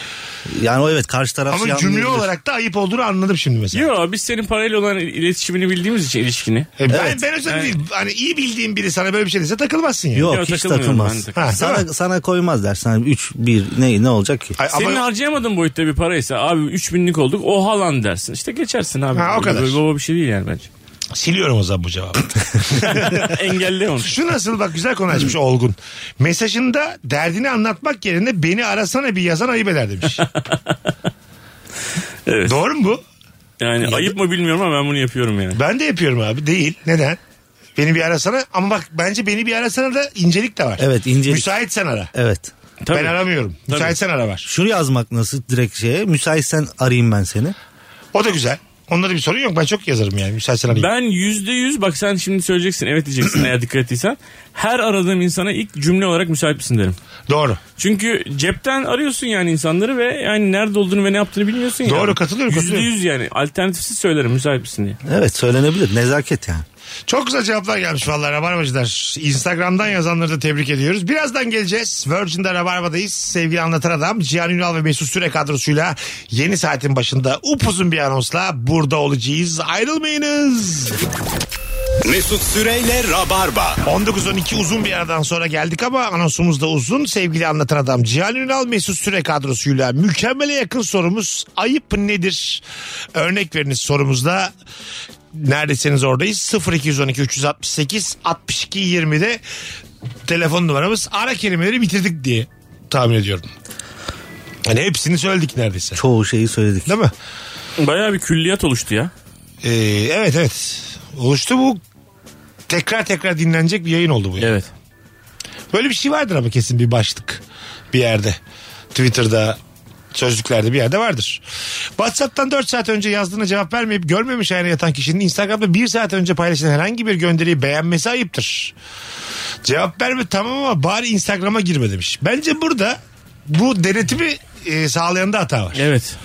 S2: Yani o evet karşı taraf
S1: Ama
S2: şey
S1: cümle
S2: anlayabilir.
S1: olarak da ayıp olduğunu anladım şimdi mesela.
S3: Yo biz senin parayla olan iletişimini bildiğimiz için ilişkini.
S1: E, ben,
S2: Evet.
S1: ben özel
S3: Evet.
S1: değil. Hani iyi bildiğim biri sana böyle bir şey dese takılmazsın yani.
S2: Yok
S3: Yok,
S2: hiç
S3: takılmıyorum ben
S2: takılmaz.
S3: de.
S1: Ha, değil mi?
S2: sana sana koymaz dersen 3 1 ne ne olacak ki?
S1: Ay,
S3: Senin
S1: ama-
S3: harcayamadığın boyutta bir paraysa abi 3000'lik olduk o halan dersin. İşte geçersin abi.
S1: Ha, o kadar.
S3: Böyle baba bir şey değil yani bence.
S1: Siliyorum o zaman bu cevabı.
S3: Engelle onu.
S1: Şu nasıl bak güzel konu açmış Olgun. Mesajında derdini anlatmak yerine beni arasana bir yazan ayıp eder demiş.
S3: Evet.
S1: Doğru mu bu?
S3: Yani ayıp mı bilmiyorum ama ben bunu yapıyorum yani.
S1: Ben de yapıyorum abi. Değil. Neden? Beni bir arasana ama bak bence beni bir arasana da incelik de var.
S2: Evet, incelik.
S1: Müsaitsen ara.
S2: Evet.
S3: Tabii.
S1: Ben aramıyorum. Müsaitsen ara var.
S2: Şunu yazmak nasıl direkt şeye müsaitsen arayayım ben seni.
S1: O da güzel. Onda da bir sorun yok. Ben çok yazarım yani. Müsaitsen arayayım.
S3: Ben yüzde yüz bak sen şimdi söyleyeceksin evet diyeceksin eğer dikkat ettiysen. Her aradığım insana ilk cümle olarak müsait misin derim.
S1: Doğru.
S3: Çünkü cepten arıyorsun yani insanları ve yani nerede olduğunu ve ne yaptığını bilmiyorsun ya.
S1: Doğru, katılıyorum,
S3: Yüzde
S1: katılıyorum.
S3: yüz yani alternatifsiz söylerim müsait misin diye.
S2: Evet söylenebilir nezaket yani.
S1: Çok güzel cevaplar gelmiş vallahi Rabarbacılar. Instagram'dan yazanları da tebrik ediyoruz. Birazdan geleceğiz. Virgin'de Rabarba'dayız. Sevgili Anlatan Adam, Cihan Ünal ve Mesut Süre kadrosuyla yeni saatin başında upuzun bir anonsla burada olacağız. Ayrılmayınız.
S6: Mesut Süreyle Rabarba.
S1: 19-12 uzun bir aradan sonra geldik ama anonsumuz da uzun. Sevgili anlatan adam Cihan Ünal Mesut Süre kadrosuyla mükemmele yakın sorumuz ayıp nedir? Örnek veriniz sorumuzda neredesiniz oradayız 0212 368 62 20'de telefon numaramız ara kelimeleri bitirdik diye tahmin ediyorum. Hani hepsini söyledik neredeyse.
S2: Çoğu şeyi söyledik.
S1: Değil mi?
S3: Bayağı bir külliyat oluştu ya.
S1: Ee, evet evet. Oluştu bu. Tekrar tekrar dinlenecek bir yayın oldu bu. yani.
S3: Evet.
S1: Böyle bir şey vardır ama kesin bir başlık bir yerde. Twitter'da sözlüklerde bir yerde vardır. WhatsApp'tan 4 saat önce yazdığına cevap vermeyip görmemiş aynı yatan kişinin Instagram'da 1 saat önce paylaşılan herhangi bir gönderiyi beğenmesi ayıptır. Cevap verme tamam ama bari Instagram'a girme demiş. Bence burada bu denetimi e, sağlayanda hata var.
S3: Evet.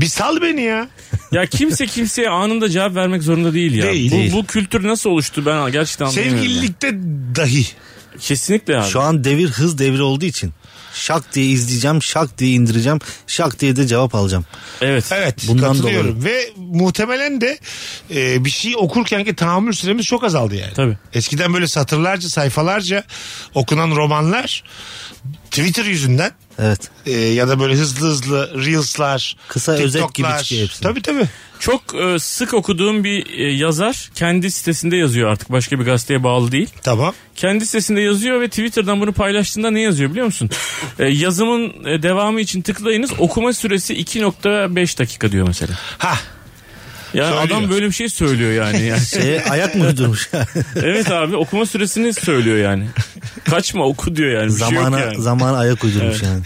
S1: Bir sal beni ya.
S3: Ya kimse kimseye anında cevap vermek zorunda değil ya.
S1: Değil,
S3: bu,
S1: değil.
S3: bu kültür nasıl oluştu ben gerçekten anlamıyorum.
S1: Sevgililikte dahi.
S3: ya. Kesinlikle abi.
S2: Şu an devir hız devri olduğu için şak diye izleyeceğim, şak diye indireceğim, şak diye de cevap alacağım.
S3: Evet.
S1: Evet
S2: Bundan
S1: katılıyorum. Ve muhtemelen de e, bir şey okurkenki tahammül süremiz çok azaldı yani.
S3: Tabii.
S1: Eskiden böyle satırlarca sayfalarca okunan romanlar Twitter yüzünden
S2: Evet.
S1: e, ya da böyle hızlı hızlı reels'lar,
S2: Kısa özet gibi
S1: TikTok'lar.
S2: çıkıyor hepsi.
S1: Tabii tabii.
S3: Çok e, sık okuduğum bir e, yazar kendi sitesinde yazıyor artık başka bir gazeteye bağlı değil.
S1: Tamam.
S3: Kendi sitesinde yazıyor ve Twitter'dan bunu paylaştığında ne yazıyor biliyor musun? E, yazımın e, devamı için tıklayınız okuma süresi 2.5 dakika diyor mesela.
S1: Ha.
S3: Yani
S1: Söylüyor.
S3: adam böyle bir şey söylüyor yani. yani.
S2: Şeye Şey, ayak mı uydurmuş?
S3: evet abi okuma süresini söylüyor yani. Kaçma oku diyor yani. Bir şey yok
S2: zamana,
S3: yani.
S2: zamana ayak uydurmuş yani.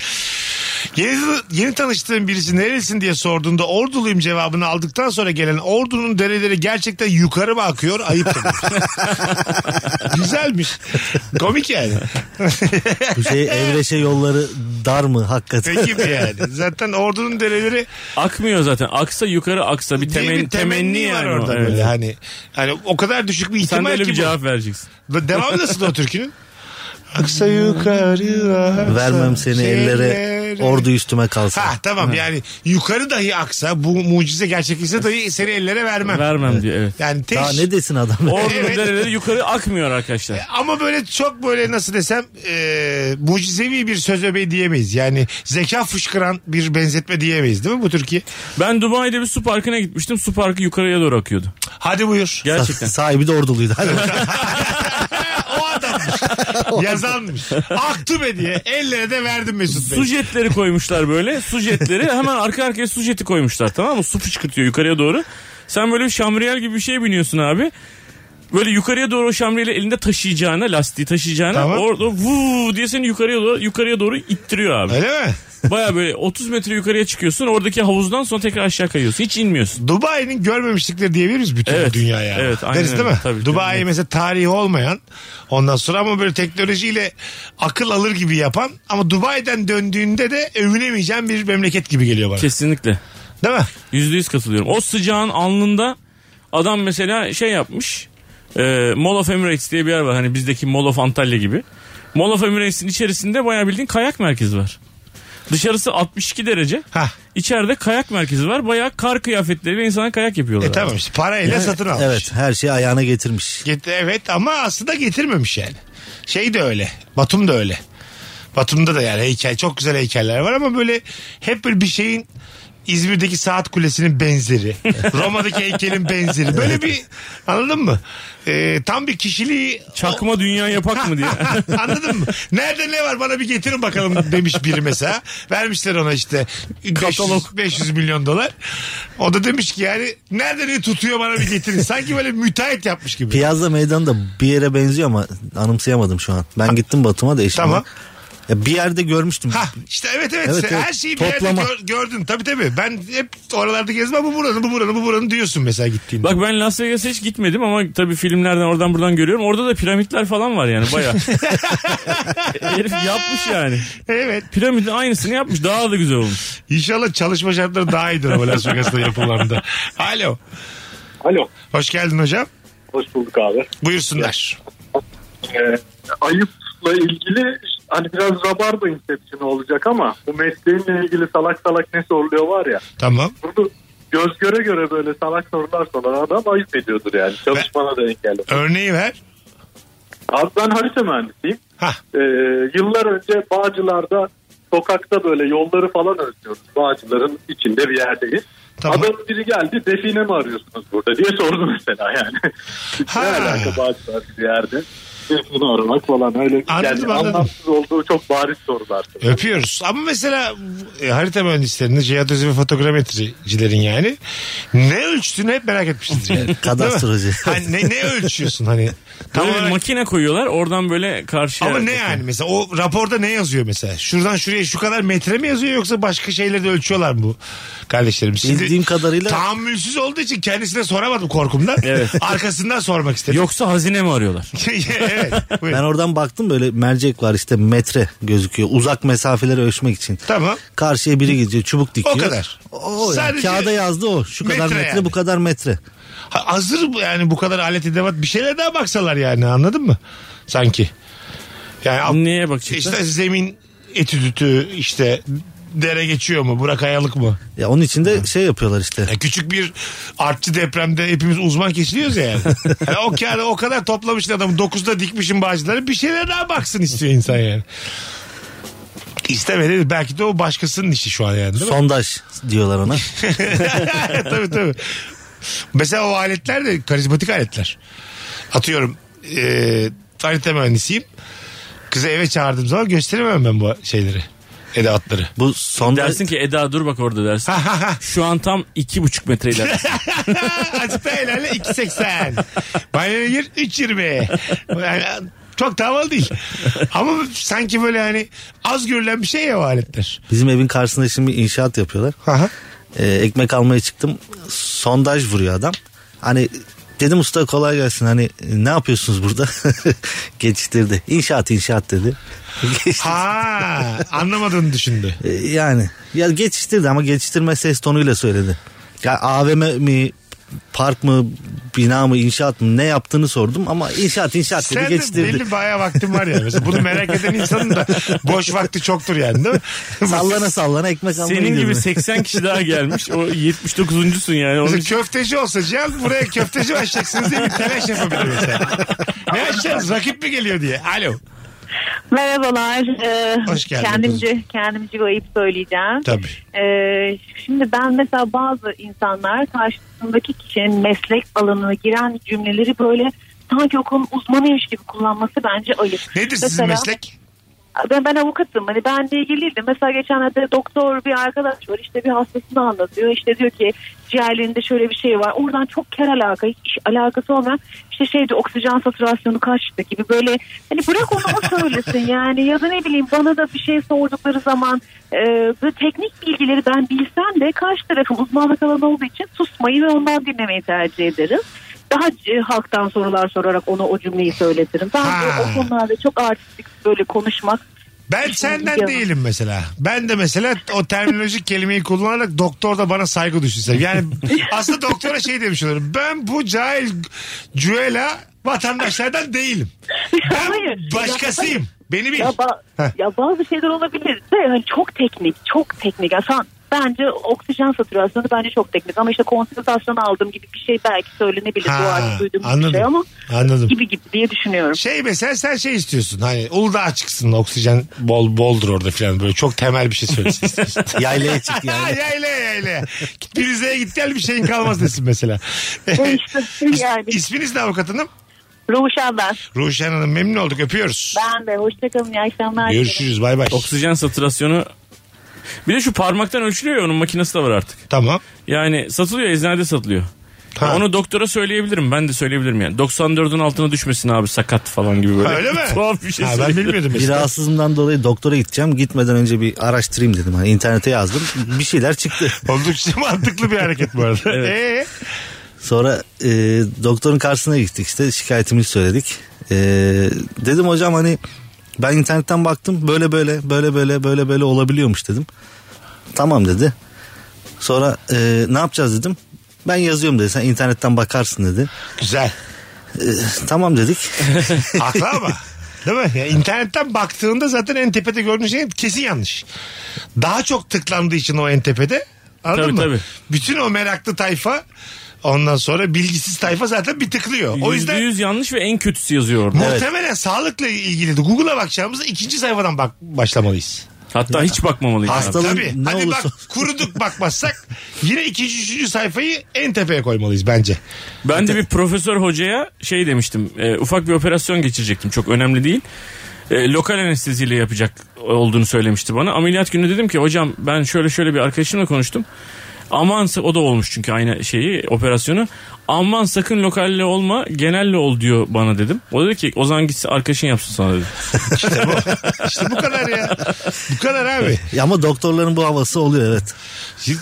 S1: Yeni, yeni tanıştığın birisi nerelisin diye sorduğunda orduluyum cevabını aldıktan sonra gelen ordunun dereleri gerçekten yukarı mı akıyor? Ayıp. tabii. Güzelmiş. Komik yani.
S2: Bu şey evreşe yolları dar mı hakikaten?
S1: Peki mi yani? Zaten ordunun dereleri
S3: Akmıyor zaten. Aksa yukarı aksa bir,
S1: Değil
S3: temen-
S1: mi?
S3: temenni,
S1: var
S3: yani o.
S1: orada
S3: Evet.
S1: böyle hani hani o kadar düşük
S3: Sen
S1: bir
S3: de
S1: ihtimal
S3: öyle
S1: ki
S3: bir
S1: bu.
S3: cevap vereceksin.
S1: Devam nasıl o türkünün? Aksa yukarı aksa
S2: Vermem seni ellere,
S1: şeylere.
S2: ordu üstüme kalsın.
S1: Ha tamam yani yukarı dahi aksa bu mucize gerçekleşse dahi seni ellere vermem.
S3: Vermem diyor evet.
S1: Yani teş,
S2: Daha ne desin adam?
S3: Orada
S1: Evet.
S3: dereleri yukarı akmıyor arkadaşlar.
S1: ama böyle çok böyle nasıl desem e, mucizevi bir söz öbeği diyemeyiz. Yani zeka fışkıran bir benzetme diyemeyiz değil mi bu Türkiye?
S3: Ben Dubai'de bir su parkına gitmiştim. Su parkı yukarıya doğru akıyordu.
S1: Hadi buyur.
S3: Gerçekten.
S2: Sahibi de orduluydu. Hadi bakalım.
S1: o adammış. Yazanmış. Aktı be diye. Ellere de verdim Mesut Bey.
S3: su jetleri koymuşlar böyle. Su jetleri hemen arka arkaya su jeti koymuşlar tamam mı? Su fışkırtıyor yukarıya doğru. Sen böyle bir şamriyel gibi bir şeye biniyorsun abi. Böyle yukarıya doğru o şamriyeli elinde taşıyacağına, lastiği taşıyacağına
S1: Tamam.
S3: orada vuu diye seni yukarıya doğru, yukarıya doğru ittiriyor abi.
S1: Öyle mi?
S3: Baya böyle 30 metre yukarıya çıkıyorsun. Oradaki havuzdan sonra tekrar aşağı kayıyorsun. Hiç inmiyorsun.
S1: Dubai'nin görmemişlikleri diyebiliriz bütün
S3: Evet.
S1: dünyaya.
S3: Evet, aynen
S1: Deriz değil mi?
S3: öyle. Tabii,
S1: Dubai
S3: tabii.
S1: mesela tarihi olmayan ondan sonra ama böyle teknolojiyle akıl alır gibi yapan ama Dubai'den döndüğünde de övünemeyeceğim bir memleket gibi geliyor bana.
S3: Kesinlikle.
S1: Değil mi?
S3: Yüzde yüz katılıyorum. O sıcağın alnında adam mesela şey yapmış. E, Mall of Emirates diye bir yer var. Hani bizdeki Mall of Antalya gibi. Mall of Emirates'in içerisinde bayağı bildiğin kayak merkezi var. Dışarısı 62 derece.
S1: Hah.
S3: İçeride kayak merkezi var. Bayağı kar kıyafetleriyle insanlar kayak yapıyorlar.
S1: E tamam işte parayla satın almış.
S2: evet her şeyi ayağına getirmiş.
S1: Get- evet ama aslında getirmemiş yani. Şey de öyle. Batum da öyle. Batum'da da yani heykel çok güzel heykeller var ama böyle hep böyle bir şeyin İzmir'deki saat kulesinin benzeri. Roma'daki heykelin benzeri. Böyle bir anladın mı? Ee, tam bir kişiliği Oh.
S3: Çakma dünya yapak mı diye.
S1: Anladın mı? Nerede ne var bana bir getirin bakalım demiş biri mesela. Vermişler ona işte 500, 500 milyon dolar. O da demiş ki yani nerede ne tutuyor bana bir getirin. Sanki böyle müteahhit yapmış gibi.
S2: Piyaza meydanı da bir yere benziyor ama anımsayamadım şu an. Ben gittim Batum'a da eşimle.
S1: Tamam.
S2: Ya bir yerde görmüştüm.
S1: Ha işte evet evet,
S2: Evet,
S1: Sen
S2: evet.
S1: her şeyi bir
S2: Toplama.
S1: yerde gör- gördün tabii tabii. Ben hep oralarda gezmem bu buranın bu buranın bu buranın diyorsun mesela gittiğinde.
S3: Bak ben Las Vegas'a hiç gitmedim ama tabii filmlerden oradan buradan görüyorum. Orada da piramitler falan var yani bayağı. Herif yapmış yani.
S1: Evet
S3: Piramidin aynısını yapmış. Daha da güzel olmuş.
S1: İnşallah çalışma şartları daha iyidir o Las Vegas'ta yapılanında. Alo
S5: Alo.
S1: hoş geldin hocam.
S8: Hoş bulduk abi.
S1: Buyursunlar.
S8: Ee, ayıpla ilgili hani biraz rabarba inception olacak ama bu mesleğinle ilgili salak salak ne soruluyor var ya.
S1: Tamam.
S8: Bunu göz göre göre böyle salak sorular soran adam ayıp ediyordur yani. Çalışmana da engel. olur.
S1: Örneği ver.
S8: Abi ben harita mühendisiyim.
S1: Hah.
S8: Ee, yıllar önce Bağcılar'da sokakta böyle yolları falan özlüyoruz. Bağcıların içinde bir yerdeyiz.
S1: Tamam.
S8: Adam biri geldi define mi arıyorsunuz burada diye sordu mesela yani.
S1: Ha.
S8: ne alaka Bağcılar bir yerde. Define aramak falan öyle
S1: Anladım,
S8: yani
S1: anladım.
S8: anlamsız olduğu çok bariz sorular.
S1: Öpüyoruz. Ama mesela e, harita mühendislerinin, jeodezi ve fotogrametricilerin yani ne ölçtüğünü hep merak etmişiz yani. Değil mi?
S2: Kadastrocı.
S1: Hani ne, ne ölçüyorsun hani? Tam
S3: Böyle bir
S1: olarak-
S3: makine koyuyorlar oradan böyle karşıya.
S1: ama ne yani mesela o raporda ne yazıyor mesela? Şuradan şuraya şu kadar metre mi yazıyor yoksa başka şeyleri de ölçüyorlar mı bu kardeşlerim? Şimdi
S2: Bildiğim kadarıyla
S1: tahammülsüz olduğu için kendisine soramadım korkumdan.
S3: Evet.
S1: Arkasından sormak istedim.
S3: Yoksa hazine mi arıyorlar?
S1: evet. buyur.
S2: ben oradan baktım böyle mercek var işte metre gözüküyor. Uzak mesafeleri ölçmek için.
S1: Tamam.
S2: Karşıya biri gidiyor çubuk dikiyor.
S1: O kadar.
S2: O, o yani.
S1: Sadece
S2: Kağıda yazdı o. Şu kadar
S1: metre
S2: metre
S1: yani.
S2: bu kadar metre.
S1: Ha- Hazır bu yani bu kadar alet edevat bir şeyler daha baksalar yani anladın mı? Sanki. Yani al-
S3: Neye bakacaklar?
S1: işte zemin etüdütü işte dere geçiyor mu? Burak Ayalık mı?
S2: Ya onun için de şey yapıyorlar işte.
S1: Ya küçük bir artçı depremde hepimiz uzman kesiliyoruz ya yani. Yani o kağıdı o kadar toplamışsın adamı. Dokuzda dikmişim bağcıları. Bir şeyler daha baksın istiyor insan yani. İstemedi. Belki de o başkasının işi şu an yani değil mi?
S2: Sondaj diyorlar ona.
S1: tabii tabii. Mesela o aletler de karizmatik aletler. Atıyorum e, harita mühendisiyim. Kızı eve çağırdığım zaman gösteremem ben bu şeyleri. Edevatları.
S2: Bu sondaj
S3: Dersin ki Eda dur bak orada dersin. Şu an tam iki buçuk metre ileride.
S1: Açıkta helalle 2.80. Banyoya gir 3.20. Yani çok da havalı değil. Ama sanki böyle hani az görülen bir şey ya o aletler.
S2: bizim evin karşısında şimdi inşaat yapıyorlar.
S1: Aha.
S2: Ee, ekmek almaya çıktım. Sondaj vuruyor adam. Hani dedim usta kolay gelsin. Hani ne yapıyorsunuz burada? Geçiştirdi. İnşaat inşaat dedi. Geçti.
S1: Ha, anlamadığını düşündü.
S2: Ee, yani ya geçiştirdi ama geçiştirme ses tonuyla söyledi. Ya AVM mi park mı bina mı inşaat mı ne yaptığını sordum ama inşaat inşaat dedi
S1: Sen de
S2: geçiştirdi.
S1: belli bayağı vaktin var yani. Mesela bunu merak eden insanın da boş vakti çoktur yani değil mi?
S2: Sallana sallana ekmek almaya
S3: Senin gibi
S2: gidiyorum.
S3: 80 kişi daha gelmiş. O 79'uncusun yani. Onun
S1: Mesela
S3: için-
S1: köfteci olsa Cihan buraya köfteci mi açacaksınız diye bir telaş yapabilir mesela. ne açacağız rakip mi geliyor diye. Alo.
S9: Merhabalar. Ee,
S1: Hoş geldin
S9: Kendimce, kendimce bir ayıp söyleyeceğim.
S1: Tabii.
S9: Ee, şimdi ben mesela bazı insanlar karşısındaki kişinin meslek alanına giren cümleleri böyle sanki o konunun uzmanıymış gibi kullanması bence ayıp.
S1: Nedir
S9: Mesela-
S1: sizin meslek?
S9: Ben, ben avukatım. Hani ben de ilgiliydim. Mesela geçenlerde doktor bir arkadaş var. işte bir hastasını anlatıyor. İşte diyor ki ciğerlerinde şöyle bir şey var. Oradan çok ker alaka, hiç iş alakası olmayan işte şeydi oksijen satürasyonu kaçtı gibi böyle hani bırak onu o söylesin yani ya da ne bileyim bana da bir şey sordukları zaman e, böyle teknik bilgileri ben bilsem de karşı tarafım uzmanlık alanı olduğu için susmayı ve ondan dinlemeyi tercih ederim. Daha e, halktan sorular sorarak ona o cümleyi söyletirim. Ben de
S1: Ha.
S9: o konularda çok artistik böyle konuşmak
S1: Ben senden
S9: Yalan.
S1: değilim mesela. Ben de mesela o terminolojik kelimeyi kullanarak doktor da bana saygı düşünse. Yani aslında doktora şey demiş olurum. Ben bu cahil cüela vatandaşlardan değilim. Ben
S9: Hayır.
S1: başkasıyım. Beni bil.
S9: Ya, ba-
S1: Heh.
S9: ya bazı şeyler olabilir de hani çok teknik, çok teknik. Yani sen- bence oksijen satürasyonu bence çok teknik ama işte konsültasyon aldım gibi bir şey belki söylenebilir. Bu
S1: Ha,
S9: artık duyduğumuz bir
S1: anladım.
S9: şey ama
S1: Anladım.
S9: gibi gibi diye düşünüyorum.
S1: Şey mesela sen şey istiyorsun hani Uludağ'a çıksın oksijen bol boldur orada filan böyle çok temel bir şey söylesin istiyorsun.
S2: Yaylaya çık
S1: Ha,
S2: yani.
S1: yayla yayla. Git bir Rize'ye git gel bir şeyin kalmaz desin mesela.
S9: E işte yani.
S1: İsminiz ne avukat hanım?
S9: Ruşen ben.
S1: Ruşen Hanım memnun olduk öpüyoruz.
S9: Ben de. Hoşçakalın. İyi akşamlar.
S1: Görüşürüz bay bay.
S3: Oksijen satürasyonu bir de şu parmaktan ölçülüyor ya onun makinesi de var artık.
S1: Tamam.
S3: Yani satılıyor eczanede satılıyor.
S1: Ha.
S3: Onu doktora söyleyebilirim. Ben de söyleyebilirim yani. 94'ün altına düşmesin abi sakat falan gibi böyle.
S1: Ha, öyle mi?
S3: Tuhaf bir şey
S1: Ha, ben
S3: söyleyeyim.
S1: bilmiyordum
S2: Bir
S1: mesela.
S2: rahatsızlığımdan dolayı doktora gideceğim. Gitmeden önce bir araştırayım dedim. Hani internete yazdım. Bir şeyler çıktı.
S1: Oldukça mantıklı bir hareket bu arada. Ee,
S2: Sonra e, doktorun karşısına gittik işte şikayetimizi söyledik. E, dedim hocam hani ben internetten baktım böyle böyle böyle böyle böyle böyle olabiliyormuş dedim. Tamam dedi. Sonra e, ne yapacağız dedim. Ben yazıyorum dedi sen internetten bakarsın dedi.
S1: güzel.
S2: Ee, tamam dedik.
S1: Akla ama. Değil mi? Ya internetten baktığında zaten en tepede gördüğün şey kesin yanlış. Daha çok tıklandığı için o en tepede. Anladın
S3: Tabii,
S1: mı?
S3: tabii.
S1: Bütün o meraklı tayfa ondan sonra bilgisiz tayfa zaten bir tıklıyor. O yüzden
S3: %100 yanlış ve en kötüsü yazıyor orada.
S1: muhtemelen sağlıkla ilgili de Google'a bakacağımızda ikinci sayfadan bak başlamalıyız.
S3: Hatta hiç bakmamalıyız. abi.
S2: Hastalık-
S1: Tabii.
S2: ne
S1: Hadi
S2: olursa-
S1: bak kuruduk bakmazsak yine ikinci üçüncü sayfayı en tepeye koymalıyız bence.
S3: Ben de bir profesör hocaya şey demiştim. e, ufak bir operasyon geçirecektim. Çok önemli değil. E, lokal anesteziyle yapacak olduğunu söylemişti bana. Ameliyat günü dedim ki hocam ben şöyle şöyle bir arkadaşımla konuştum. Aman sa- o da olmuş çünkü aynı şeyi operasyonu. Aman sakın lokalle olma genelle ol diyor bana dedim. O dedi ki o zaman gitsin arkadaşın yapsın sana dedi.
S1: İşte bu kadar ya. Bu kadar abi.
S2: Ya ama doktorların bu havası oluyor evet.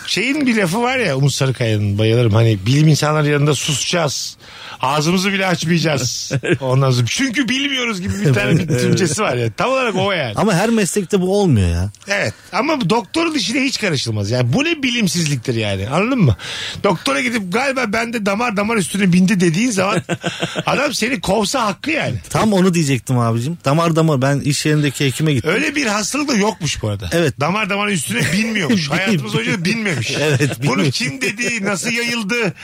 S1: Şeyin bir lafı var ya Umut Sarıkaya'nın bayılırım. Hani bilim insanları yanında susacağız. Ağzımızı bile açmayacağız. Ondan sonra. Çünkü bilmiyoruz gibi bir tane bir Türkçesi var ya. Tam olarak o yani.
S2: Ama her meslekte bu olmuyor ya.
S1: Evet. Ama bu doktorun işine hiç karışılmaz. Yani bu ne bilimsizliktir yani. Anladın mı? Doktora gidip galiba bende damar damar üstüne bindi dediğin zaman adam seni kovsa hakkı yani.
S2: Tam onu diyecektim abicim. Damar damar ben iş yerindeki hekime gittim.
S1: Öyle bir hastalık da yokmuş bu arada.
S2: Evet.
S1: Damar damar üstüne binmiyormuş. Hayatımız boyunca binmemiş.
S2: Evet,
S1: Bunu
S2: bilmiyor.
S1: kim dedi, nasıl yayıldı?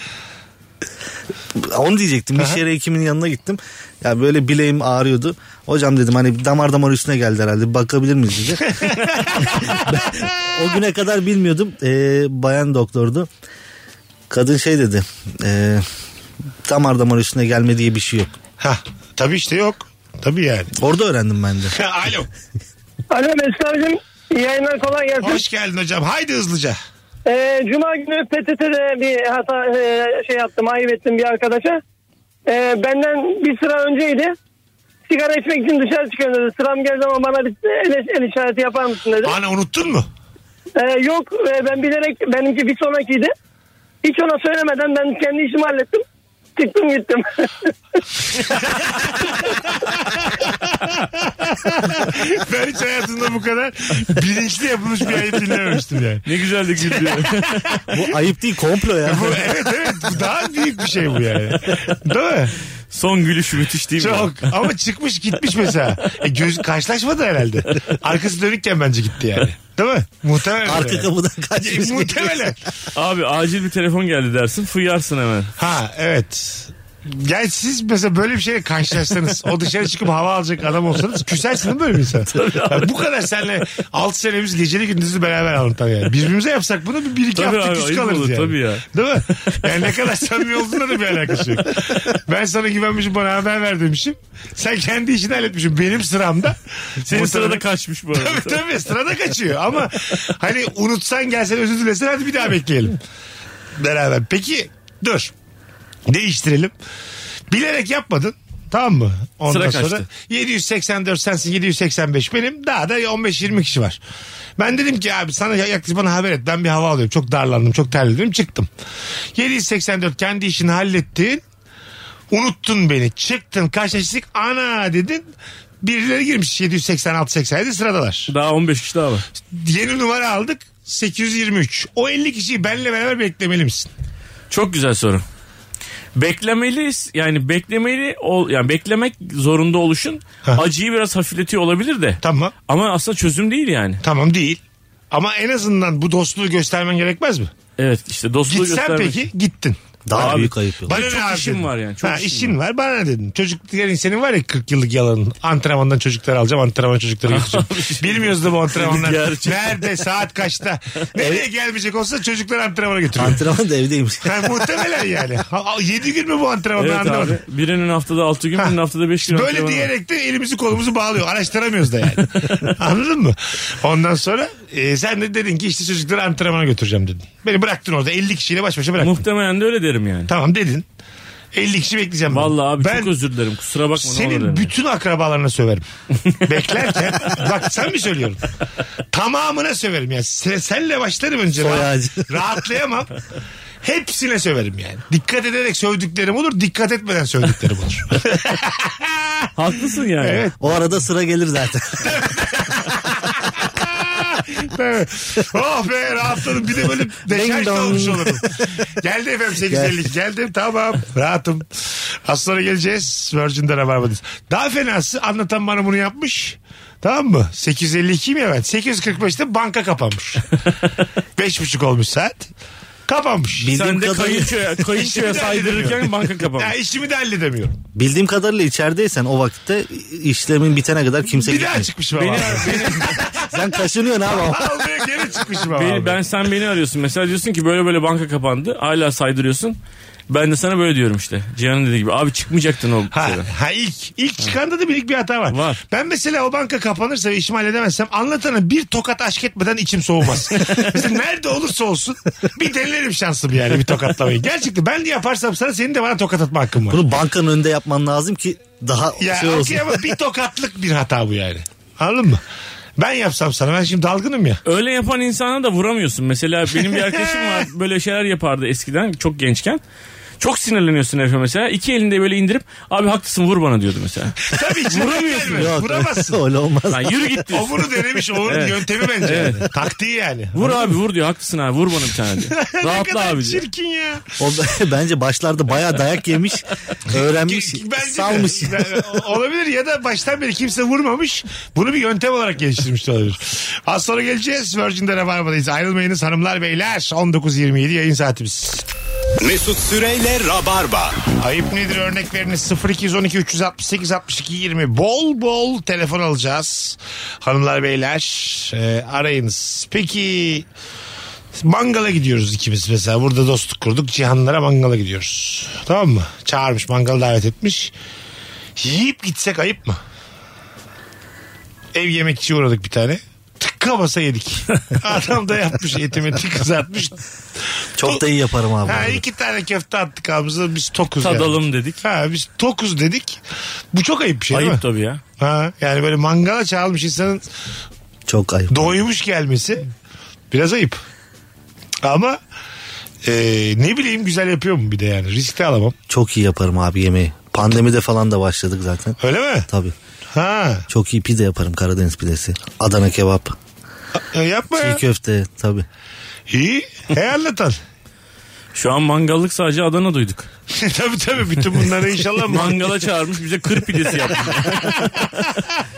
S2: Onu diyecektim. Bir yere hekimin yanına gittim. Ya böyle bileğim ağrıyordu. Hocam dedim hani damar damar üstüne geldi herhalde. Bir Bakabilir miyiz dedi. Ben o güne kadar bilmiyordum. Ee, bayan doktordu. Kadın şey dedi. ee, damar damar üstüne gelme diye bir şey yok.
S1: Ha, tabii işte yok. Tabii yani.
S2: Orada öğrendim ben de.
S1: Alo.
S7: Alo Mesut abicim. İyi yayınlar kolay gelsin.
S1: Hoş geldin hocam. Haydi hızlıca.
S7: Ee, Cuma günü PTT'de bir hata e, şey yaptım, ayıp ettim bir arkadaşa. Ee, benden bir sıra önceydi. Sigara içmek için dışarı çıkıyorum dedi. Sıram geldi ama bana bir el, el işareti yapar mısın dedi.
S1: Ana unuttun mu?
S7: Ee, yok e, ben bilerek benimki bir sonrakiydi. Hiç ona söylemeden ben kendi işimi hallettim. Çıktım gittim.
S1: ben hiç hayatımda bu kadar bilinçli yapılmış bir ayıp dinlememiştim yani.
S3: Ne güzel de güldü.
S2: Bu ayıp değil komplo ya.
S1: Bu, evet evet bu daha büyük bir şey bu yani. Değil mi?
S3: Son gülüş müthiş değil mi?
S1: Çok. Ama çıkmış gitmiş mesela. E, göz karşılaşmadı herhalde. Arkası dönükken bence gitti yani. Değil mi? Muhtemelen.
S2: Arka
S1: öyle.
S2: kapıdan
S1: E,
S2: kaçmış.
S1: Muhtemelen.
S3: Abi acil bir telefon geldi dersin fıyarsın hemen.
S1: Ha evet. Yani siz mesela böyle bir şeyle karşılaşsanız o dışarı çıkıp hava alacak adam olsanız küsersin değil mi böyle bir insan? Ya bu kadar seninle 6 senemiz geceli gündüzü beraber anlatan yani. Birbirimize yapsak bunu bir, bir iki
S3: Tabii
S1: hafta
S3: abi,
S1: küs
S3: ayıp
S1: kalırız
S3: olur,
S1: yani.
S3: tabii ya.
S1: Değil mi? Yani ne kadar samimi olduğuna da bir alakası yok. Ben sana güvenmişim bana haber ver demişim. Sen kendi işini halletmişsin benim sıramda. Senin
S3: Bu sırada
S1: sırada
S3: kaçmış bu arada.
S1: Tabii tabii sırada kaçıyor ama hani unutsan gelsen özür dilesen hadi bir daha bekleyelim. Beraber. Peki dur. Değiştirelim. Bilerek yapmadın. Tamam mı? Ondan
S3: Sıra kaçtı.
S1: sonra 784 sensin 785 benim. Daha da 15-20 kişi var. Ben dedim ki abi sana yaklaşık bana haber et. Ben bir hava alıyorum. Çok darlandım. Çok terledim. Çıktım. 784 kendi işini hallettin. Unuttun beni. Çıktın. Karşılaştık. Ana dedin. Birileri girmiş 786-87 sıradalar.
S3: Daha 15 kişi daha var.
S1: Yeni numara aldık. 823. O 50 kişiyi benle beraber beklemeli misin?
S3: Çok güzel soru. Beklemeliyiz yani beklemeli ol yani beklemek zorunda oluşun acıyı biraz hafifletiyor olabilir de.
S1: Tamam.
S3: Ama aslında çözüm değil yani.
S1: Tamam değil. Ama en azından bu dostluğu göstermen gerekmez mi?
S3: Evet işte dostluğu
S1: Gitsen
S3: göstermek.
S1: peki gittin.
S2: Daha
S3: Abi,
S2: büyük ayıp yok.
S1: Bana
S3: çok
S1: abi
S3: işim
S1: dedin.
S3: var yani, çok
S1: ha,
S3: işim
S1: işin var. Bana ne dedin? Çocukluk yani senin var ya 40 yıllık yalanın. Antrenmandan çocukları alacağım, antrenman çocukları yapacağım. Bilmiyoruz da bu antrenmanlar.
S3: şey- Gerçekten.
S1: Nerede, saat kaçta? Nereye gelmeyecek olsa çocukları antrenmana götürüyor.
S2: Antrenman da evdeymiş.
S1: Ha, muhtemelen yani. 7 gün mü bu antrenmanı
S3: Evet
S1: anlamadım.
S3: abi. Birinin haftada 6 gün, birinin haftada 5 gün.
S1: Böyle
S3: antrenmanı var.
S1: diyerek de elimizi kolumuzu bağlıyor. Araştıramıyoruz da yani. Anladın mı? Ondan sonra e, sen de dedin ki işte çocukları antrenmana götüreceğim dedin. Beni bıraktın orada 50 kişiyle baş başa bıraktın.
S3: Muhtemelen de öyle derim yani.
S1: tamam dedin. 50 kişi bekleyeceğim. ben.
S3: Vallahi abi
S1: ben
S3: çok özür dilerim. Kusura bakma. ne olur
S1: Senin
S3: derim.
S1: bütün akrabalarına söverim. Beklerken bak sen mi söylüyorum? Tamamına söverim yani. Sen, senle başlarım önce.
S2: Soy
S1: Rahat-
S2: ağacı.
S1: rahatlayamam. Hepsine söverim yani. Dikkat ederek sövdüklerim olur, dikkat etmeden sövdüklerim olur.
S3: Haklısın yani.
S1: Evet.
S2: O arada sıra gelir zaten.
S1: Tabii. oh be rahatladım. Bir de böyle deşarj da
S2: dong.
S1: olmuş olurum. Geldi efendim 8.52. Geldim tamam rahatım. Az sonra geleceğiz. Virgin'de Rabarba'dayız. Daha fenası anlatan bana bunu yapmış. Tamam mı? 852 mi ben? 845'te banka kapanmış. 5.30 olmuş saat. Kapanmış.
S3: Sen
S2: Bildiğim,
S3: de
S2: kadar-
S3: kayınçoya, kayınçoya saydırırken banka kapamış.
S1: Ya işimi de halledemiyorum.
S2: bildiğim kadarıyla içerideysen o vakitte işlemin bitene kadar kimse
S1: Bir daha
S2: gitmiyor.
S1: çıkmışım ama.
S3: Beni,
S1: Beni
S3: beni,
S2: Sen kaşınıyorsun abi ama.
S1: Almaya geri çıkmışım ama.
S3: beni, ben sen beni arıyorsun. Mesela diyorsun ki böyle böyle banka kapandı. Hala saydırıyorsun. Ben de sana böyle diyorum işte. Cihan'ın dediği gibi. Abi çıkmayacaktın o şey.
S1: Ha,
S3: şeyden.
S1: ha ilk ilk çıkanda da büyük bir hata var.
S3: Var.
S1: Ben mesela o banka kapanırsa ve işimi halledemezsem anlatana bir tokat aşk etmeden içim soğumaz. mesela nerede olursa olsun bir denerim şansım yani bir tokatlamayı. Gerçekten ben de yaparsam sana senin de bana tokat atma hakkın var.
S2: Bunu bankanın önünde yapman lazım ki daha
S1: ya
S2: şey olsun.
S1: okey ama bir tokatlık bir hata bu yani. Anladın mı? Ben yapsam sana ben şimdi dalgınım ya.
S3: Öyle yapan insana da vuramıyorsun. Mesela benim bir arkadaşım var böyle şeyler yapardı eskiden çok gençken. Çok sinirleniyorsun herife mesela. İki elinde böyle indirip abi haklısın vur bana diyordu mesela.
S1: Tabii ki.
S3: Vuramıyorsun.
S1: Gelmez.
S2: Yok,
S1: Vuramazsın.
S2: Öyle olmaz.
S3: Lan yürü git
S1: O
S3: diyorsun.
S1: bunu denemiş. Onun yöntemi bence. yani. Taktiği yani.
S3: Vur abi vur diyor haklısın abi vur bana bir tane diyor.
S1: ne
S3: Rahatla
S1: kadar
S3: abi diyor.
S1: çirkin ya.
S2: O bence başlarda bayağı dayak yemiş, öğrenmiş,
S1: Ki- bence de.
S2: salmış.
S1: Ben- olabilir ya da baştan beri kimse vurmamış. Bunu bir yöntem olarak geliştirmiş de olabilir. Az sonra geleceğiz. Virgin'de Rabarba'dayız. Ayrılmayınız hanımlar beyler. 19.27 yayın saatimiz.
S6: Mesut Süreyle Rabarba.
S1: Ayıp nedir örnek veriniz 0212 368 62 20 bol bol telefon alacağız hanımlar beyler e, arayınız peki mangala gidiyoruz ikimiz mesela burada dostluk kurduk cihanlara mangala gidiyoruz tamam mı çağırmış mangal davet etmiş yiyip gitsek ayıp mı ev yemekçiye uğradık bir tane tıkka basa yedik adam da yapmış etimi kızartmış
S2: Çok da iyi yaparım abi.
S1: Ha, iki tane köfte attık ağzımıza biz tokuz
S3: Tadalım
S1: yani.
S3: dedik.
S1: Ha, biz tokuz dedik. Bu çok ayıp bir şey
S3: Ayıp
S1: değil mi?
S3: tabii ya.
S1: Ha, yani böyle mangala çağırmış insanın
S2: Çok ayıp.
S1: doymuş gelmesi biraz ayıp. Ama e, ne bileyim güzel yapıyor mu bir de yani risk de alamam.
S2: Çok iyi yaparım abi yemeği. Pandemide falan da başladık zaten.
S1: Öyle mi?
S2: Tabii.
S1: Ha,
S2: Çok iyi pide yaparım Karadeniz pidesi. Adana kebap.
S1: e, yapma
S2: Çiğ
S1: ya.
S2: köfte tabii.
S1: İyi. He anlatan.
S3: Şu an mangallık sadece Adana duyduk.
S1: tabii tabii bütün bunları inşallah mangal.
S3: Mangala çağırmış bize kır pidesi yaptı.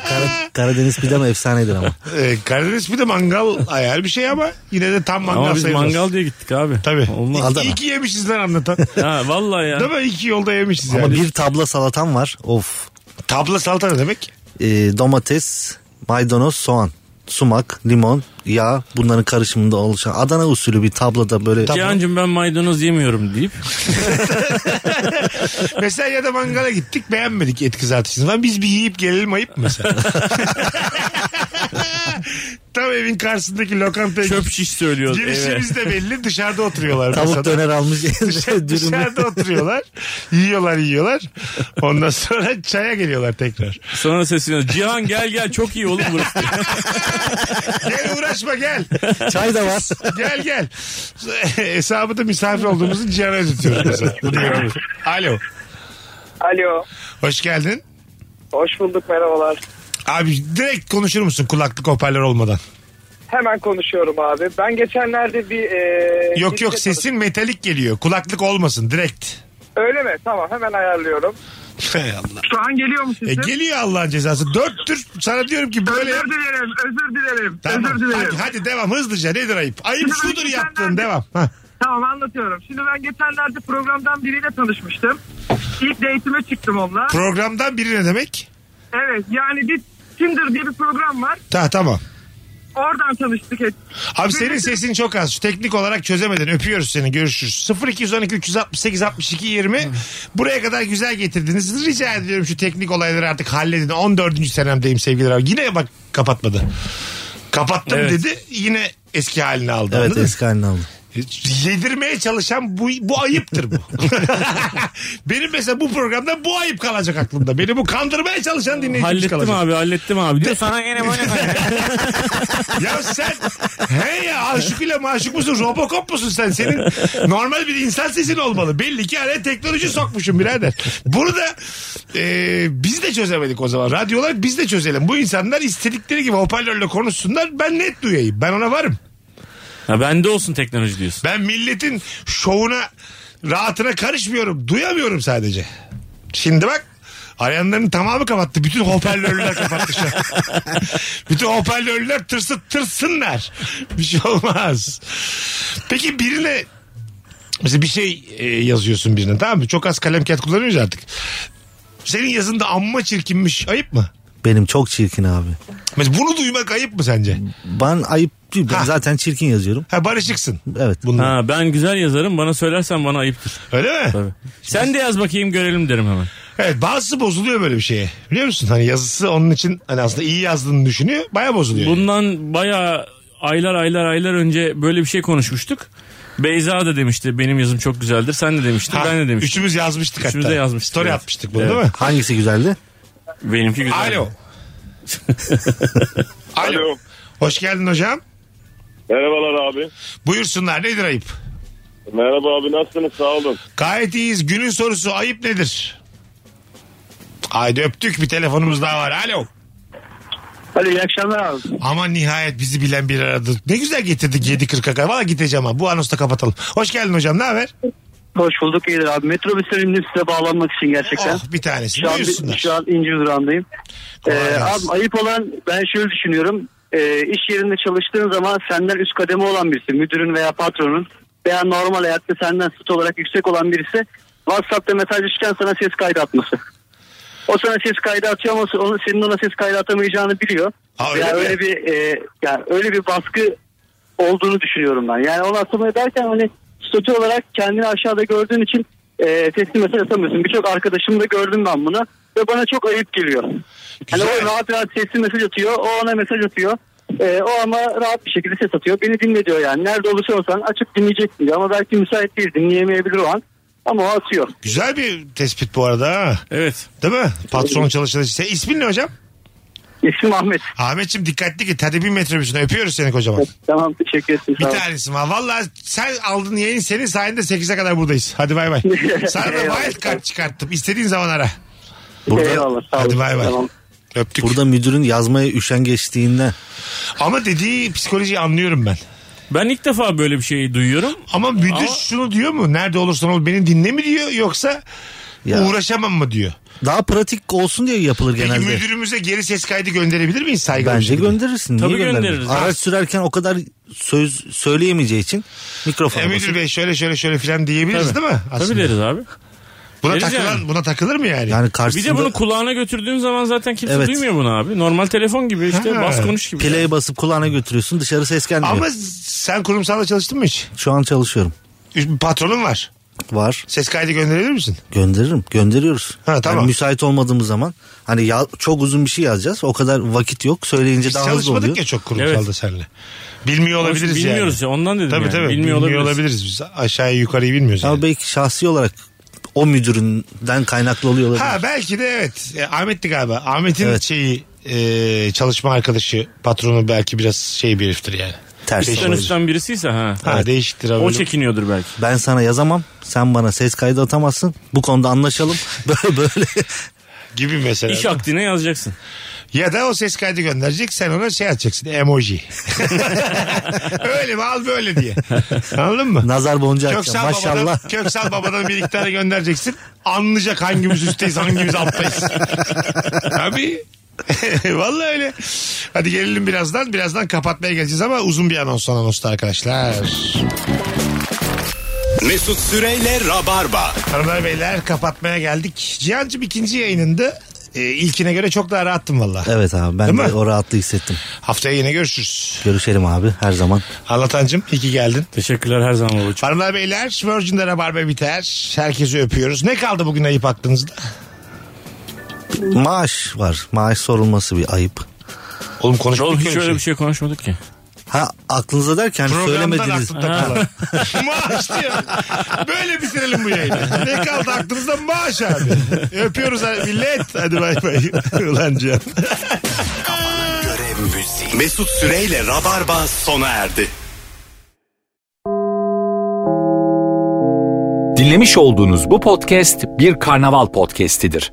S2: Kara- Karadeniz pidem efsanedir ama.
S1: E, Karadeniz bir de mangal ayar bir şey ama yine de tam mangal
S3: Ama biz
S1: sayılmaz.
S3: mangal diye gittik abi.
S1: Tabii.
S3: Olmaz.
S2: Adana.
S1: İyi ki yemişiz lan anlatan.
S3: Ha, vallahi ya.
S1: Değil mi? İyi ki yolda yemişiz
S2: Ama
S1: yani.
S2: bir tabla salatam var. Of.
S1: Tabla salata ne demek?
S2: Ee, domates, maydanoz, soğan, sumak, limon, yağ bunların karışımında oluşan Adana usulü bir tablada böyle
S3: Cihan'cığım ben maydanoz yemiyorum deyip
S1: Mesela ya da mangala gittik beğenmedik et kızartısını. Lan biz bir yiyip gelelim ayıp mı mesela? Tam evin karşısındaki lokantaya
S3: çöp şiş söylüyoruz. eve.
S1: girişimiz de belli dışarıda oturuyorlar. mesela.
S2: tavuk döner almış. dürümü.
S1: Dışarıda oturuyorlar. Yiyorlar yiyorlar. Ondan sonra çaya geliyorlar tekrar.
S3: Sonra sesleniyoruz. Cihan gel gel çok iyi oğlum burası.
S1: Gel uğraşma gel.
S2: Çay da var.
S1: Gel gel. Hesabı da misafir olduğumuzu cihana ödetiyoruz mesela. Bunu yapıyoruz. Alo.
S8: Alo.
S1: Hoş geldin.
S8: Hoş bulduk merhabalar.
S1: Abi direkt konuşur musun kulaklık hoparlör olmadan?
S8: Hemen konuşuyorum abi. Ben geçenlerde bir... e,
S1: Yok
S8: birisi-
S1: yok sesin metalik geliyor. Kulaklık olmasın direkt.
S8: Öyle mi? Tamam hemen ayarlıyorum.
S1: Hey Allah.
S7: Şu an geliyor mu
S1: E geliyor Allah'ın cezası. Dört tür sana diyorum ki böyle yap.
S7: dilerim, özür dilerim,
S1: Tamam. Hadi, hadi devam hızlıca nedir ayıp? Ayıp
S7: Şimdi ben
S1: şudur
S7: iki
S1: yaptığın
S7: tane-
S1: devam. Ha.
S7: Tamam anlatıyorum. Şimdi ben geçenlerde programdan biriyle tanışmıştım. İlk date'ime çıktım onunla.
S1: Programdan biri ne demek?
S7: Evet yani bir Tinder diye bir program var.
S1: Ta tamam.
S7: Oradan tanıştık. et-
S1: Abi senin sesin çok az. Şu teknik olarak çözemeden öpüyoruz seni. Görüşürüz. 0212 368 62 20. Buraya kadar güzel getirdiniz. Rica ediyorum şu teknik olayları artık halledin. 14. senemdeyim sevgili abi. Yine bak kapatmadı. Kapattım
S3: Evet.
S1: dedi. Yine eski halini aldı.
S2: Evet
S1: anladın mı?
S2: eski halini aldım.
S1: yedirmeye çalışan bu bu ayıptır bu. Benim mesela bu programda bu ayıp kalacak aklımda. Beni bu kandırmaya çalışan dinleyicimiz
S3: hallettim
S1: kalacak.
S3: abi hallettim abi diyor. Sana gene böyle.
S1: Ya sen he ya aşık ile maşuk musun? Robocop musun sen? Senin normal bir insan sesin olmalı. Belli ki hani teknoloji sokmuşum birader. Bunu da e, biz de çözemedik o zaman. Radyolar biz de çözelim. Bu insanlar istedikleri gibi hoparlörle konuşsunlar. Ben net duyayım. Ben ona varım.
S3: Ha, bende olsun teknoloji diyorsun.
S1: Ben milletin şovuna rahatına karışmıyorum. Duyamıyorum sadece. Şimdi bak arayanların tamamı kapattı. Bütün hoparlörler kapattı şu an. Bütün hoparlörler tırsı tırsınlar. Bir şey olmaz. Peki birine mesela bir şey e, yazıyorsun birine tamam mı? Çok az kalem kağıt kullanıyoruz artık. Senin yazında amma çirkinmiş. Ayıp mı?
S2: Benim çok çirkin abi.
S1: Mesela bunu duymak ayıp mı sence?
S2: Ben ayıp değil. Ben
S1: Ha.
S2: zaten çirkin yazıyorum.
S1: Ha barışıksın.
S2: Evet.
S1: Bundan.
S3: Ha, ben güzel yazarım bana söylersen bana ayıptır.
S1: Öyle mi?
S3: Tabii. Sen de yaz bakayım görelim derim hemen.
S1: Evet bazısı bozuluyor böyle bir şeye. Biliyor musun? Hani yazısı onun için hani aslında iyi yazdığını düşünüyor. Baya bozuluyor.
S3: Bundan bayağı aylar aylar aylar önce böyle bir şey konuşmuştuk. Beyza da demişti benim yazım çok güzeldir. Sen de demiştin
S1: Ha,
S3: ben de demiştim.
S1: Üçümüz yazmıştık
S3: Üçümüz
S1: hatta.
S3: de yazmıştık,
S1: Story
S3: evet.
S1: atmıştık bunu
S3: Evet.
S1: değil mi?
S2: Hangisi güzeldi?
S3: Benimki güzel.
S1: Alo. Alo.
S8: Alo.
S1: Hoş geldin hocam.
S8: Merhabalar abi.
S1: Buyursunlar nedir ayıp?
S8: Merhaba abi nasılsınız sağ olun.
S1: Gayet iyiyiz. Günün sorusu ayıp nedir? Haydi öptük bir telefonumuz daha var. Alo.
S4: Hadi iyi akşamlar abi.
S1: Aman nihayet bizi bilen bir aradı. Ne güzel getirdik 7.40'a kadar. Valla gideceğim ha. Bu anonsu da kapatalım. Hoş geldin hocam. Ne haber?
S4: Hoş bulduk iyidir abi. Metrobüs önünde size bağlanmak için gerçekten.
S1: Oh bir tanesi.
S4: şu, an,
S1: Buyursunlar.
S4: şu an ince durağındayım.
S1: Kolay
S4: Ee,
S1: gelsin.
S4: abi ayıp olan ben şöyle düşünüyorum. Ee, iş yerinde çalıştığın zaman senden üst kademe olan birisi müdürün veya patronun veya normal hayatta senden süt olarak yüksek olan birisi WhatsApp'ta mesajlaşırken sana ses kaydı atması. O sana ses kaydı atıyor ama onun, senin ona ses kaydı atamayacağını biliyor.
S1: Ha, öyle
S4: yani
S1: mi?
S4: öyle bir e, yani öyle bir baskı olduğunu düşünüyorum ben. Yani onu atmaya derken hani statü olarak kendini aşağıda gördüğün için e, teslim mesaj atamıyorsun. Birçok arkadaşımı da gördüm ben bunu ve bana çok ayıp geliyor. Hani
S1: Güzel.
S4: o rahat rahat sesli mesaj atıyor, o ona mesaj atıyor. E, o ama rahat bir şekilde ses atıyor. Beni dinle diyor yani. Nerede olursa olsan açıp dinleyeceksin diyor. Ama belki müsait değil, dinleyemeyebilir o an. Ama o atıyor.
S1: Güzel bir tespit bu arada ha.
S3: Evet.
S1: Değil mi? Patron çalışan. Sen ismin ne hocam?
S4: İsim Ahmet.
S1: Ahmetciğim dikkatli git. Hadi bir metrobüsüne öpüyoruz seni kocaman.
S4: Tamam teşekkür ederim.
S1: Bir
S4: Sağ ol.
S1: tanesin var. Valla sen aldın yayın senin sayende 8'e kadar buradayız. Hadi bay bay. Sana da
S4: Eyvallah.
S1: wildcard çıkarttım. İstediğin zaman ara.
S2: Burada-
S4: Eyvallah, sağ
S1: Hadi
S4: olun.
S1: bay bay.
S4: Tamam.
S1: Öptük.
S2: Burada müdürün yazmaya üşengeçliğinden.
S1: Ama dediği psikolojiyi anlıyorum ben.
S3: Ben ilk defa böyle bir şey duyuyorum.
S1: Ama müdür
S3: Ama-
S1: şunu diyor mu? Nerede olursan ol beni dinle mi diyor yoksa
S2: Ya.
S1: uğraşamam mı diyor.
S2: Daha pratik olsun diye yapılır
S1: Peki
S2: genelde.
S1: müdürümüze geri ses kaydı gönderebilir miyiz saygılı bir
S2: Bence
S1: şekilde?
S2: gönderirsin. Niye
S3: Tabii
S2: göndermedin?
S3: göndeririz.
S2: Araç sürerken o kadar söz söyleyemeyeceği için
S1: E,
S2: mikrofon
S1: müdür bey şöyle şöyle şöyle filan diyebiliriz
S3: Tabii.
S1: değil mi? Aslında.
S3: Tabii deriz abi.
S1: Buna
S3: Deriz
S1: takılan
S3: yani.
S1: buna takılır mı yani?
S2: Yani
S3: Bir
S2: karşısında
S3: de bunu kulağına götürdüğün zaman zaten kimse
S2: Evet.
S3: duymuyor bunu abi. Normal telefon gibi işte
S1: Ha.
S3: bas konuş gibi.
S2: play basıp kulağına götürüyorsun dışarı ses gelmiyor.
S1: Ama sen kurumsalda çalıştın mı hiç?
S2: Şu an çalışıyorum.
S1: Patronun var.
S2: Var.
S1: Ses kaydı gönderebilir misin?
S2: Gönderirim. Gönderiyoruz.
S1: Ha, tamam.
S2: Yani müsait olmadığımız zaman hani ya, çok uzun bir şey yazacağız. O kadar vakit yok. Söyleyince
S1: Biz
S2: daha hızlı
S1: çalışmadık
S2: oluyor.
S1: ya çok kurumsalda
S3: Evet.
S1: seninle. Bilmiyor
S3: Konuştuk,
S1: olabiliriz yani.
S3: Bilmiyoruz ya ondan dedim
S1: Tabii
S3: yani.
S1: tabii.
S3: Bilmiyor, olabiliriz.
S1: biz. Aşağıyı yukarıyı bilmiyoruz yani.
S2: Ama belki şahsi olarak o müdüründen kaynaklı oluyor olabilir.
S1: Ha belki de evet. E, Ahmet'ti galiba. Ahmet'in
S2: Evet.
S1: şeyi e, çalışma arkadaşı patronu belki biraz şey bir heriftir yani.
S2: Ters.
S3: Üstten
S2: olabilir.
S3: üstten birisiyse ha.
S1: Ha değişiktir abi.
S3: O çekiniyordur belki.
S2: Ben sana yazamam. Sen bana ses kaydı atamazsın. Bu konuda anlaşalım. Böyle böyle.
S1: gibi mesela.
S3: İş akdine yazacaksın.
S1: Ya da o ses kaydı gönderecek sen ona şey atacaksın emoji. Öyle mi al böyle diye. Anladın mı?
S2: Nazar boncuğu
S1: Köksal
S2: atacağım. Maşallah.
S1: babadan, Köksal babadan bir iki tane göndereceksin. Anlayacak hangimiz üstteyiz hangimiz alttayız. Abi. Vallahi öyle. Hadi gelelim birazdan. Birazdan kapatmaya geleceğiz ama uzun bir anons son anonsta arkadaşlar.
S6: Mesut Süreyle Rabarba.
S1: Hanımlar beyler kapatmaya geldik. Cihan'cığım ikinci yayınında e, ilkine göre çok daha rahattım valla.
S2: Evet abi ben
S1: Değil
S2: de
S1: mi?
S2: o rahatlığı hissettim.
S1: Haftaya yine görüşürüz.
S2: Görüşelim abi her zaman.
S1: Anlatancım iyi ki geldin.
S3: Teşekkürler her zaman babacığım.
S1: Hanımlar beyler Virgin'de Rabarba biter. Herkesi öpüyoruz. Ne kaldı bugün ayıp aklınızda?
S2: Maaş var. Maaş sorulması bir ayıp.
S1: Oğlum konuşmadık
S3: Oğlum hiç
S1: öyle bir
S3: öyle
S1: şey.
S3: bir şey konuşmadık ki.
S2: Ha aklınıza derken
S1: Programdan
S2: söylemediniz.
S1: aklımda kalan. maaş diyor. Böyle bitirelim bu yayını. Ne kaldı aklımızda maaş abi. Öpüyoruz abi millet. Hadi bay bay. Ulan Cihan.
S6: Görev müziği. Mesut Süreyle Rabarba sona erdi.
S10: Dinlemiş olduğunuz bu podcast bir karnaval podcastidir.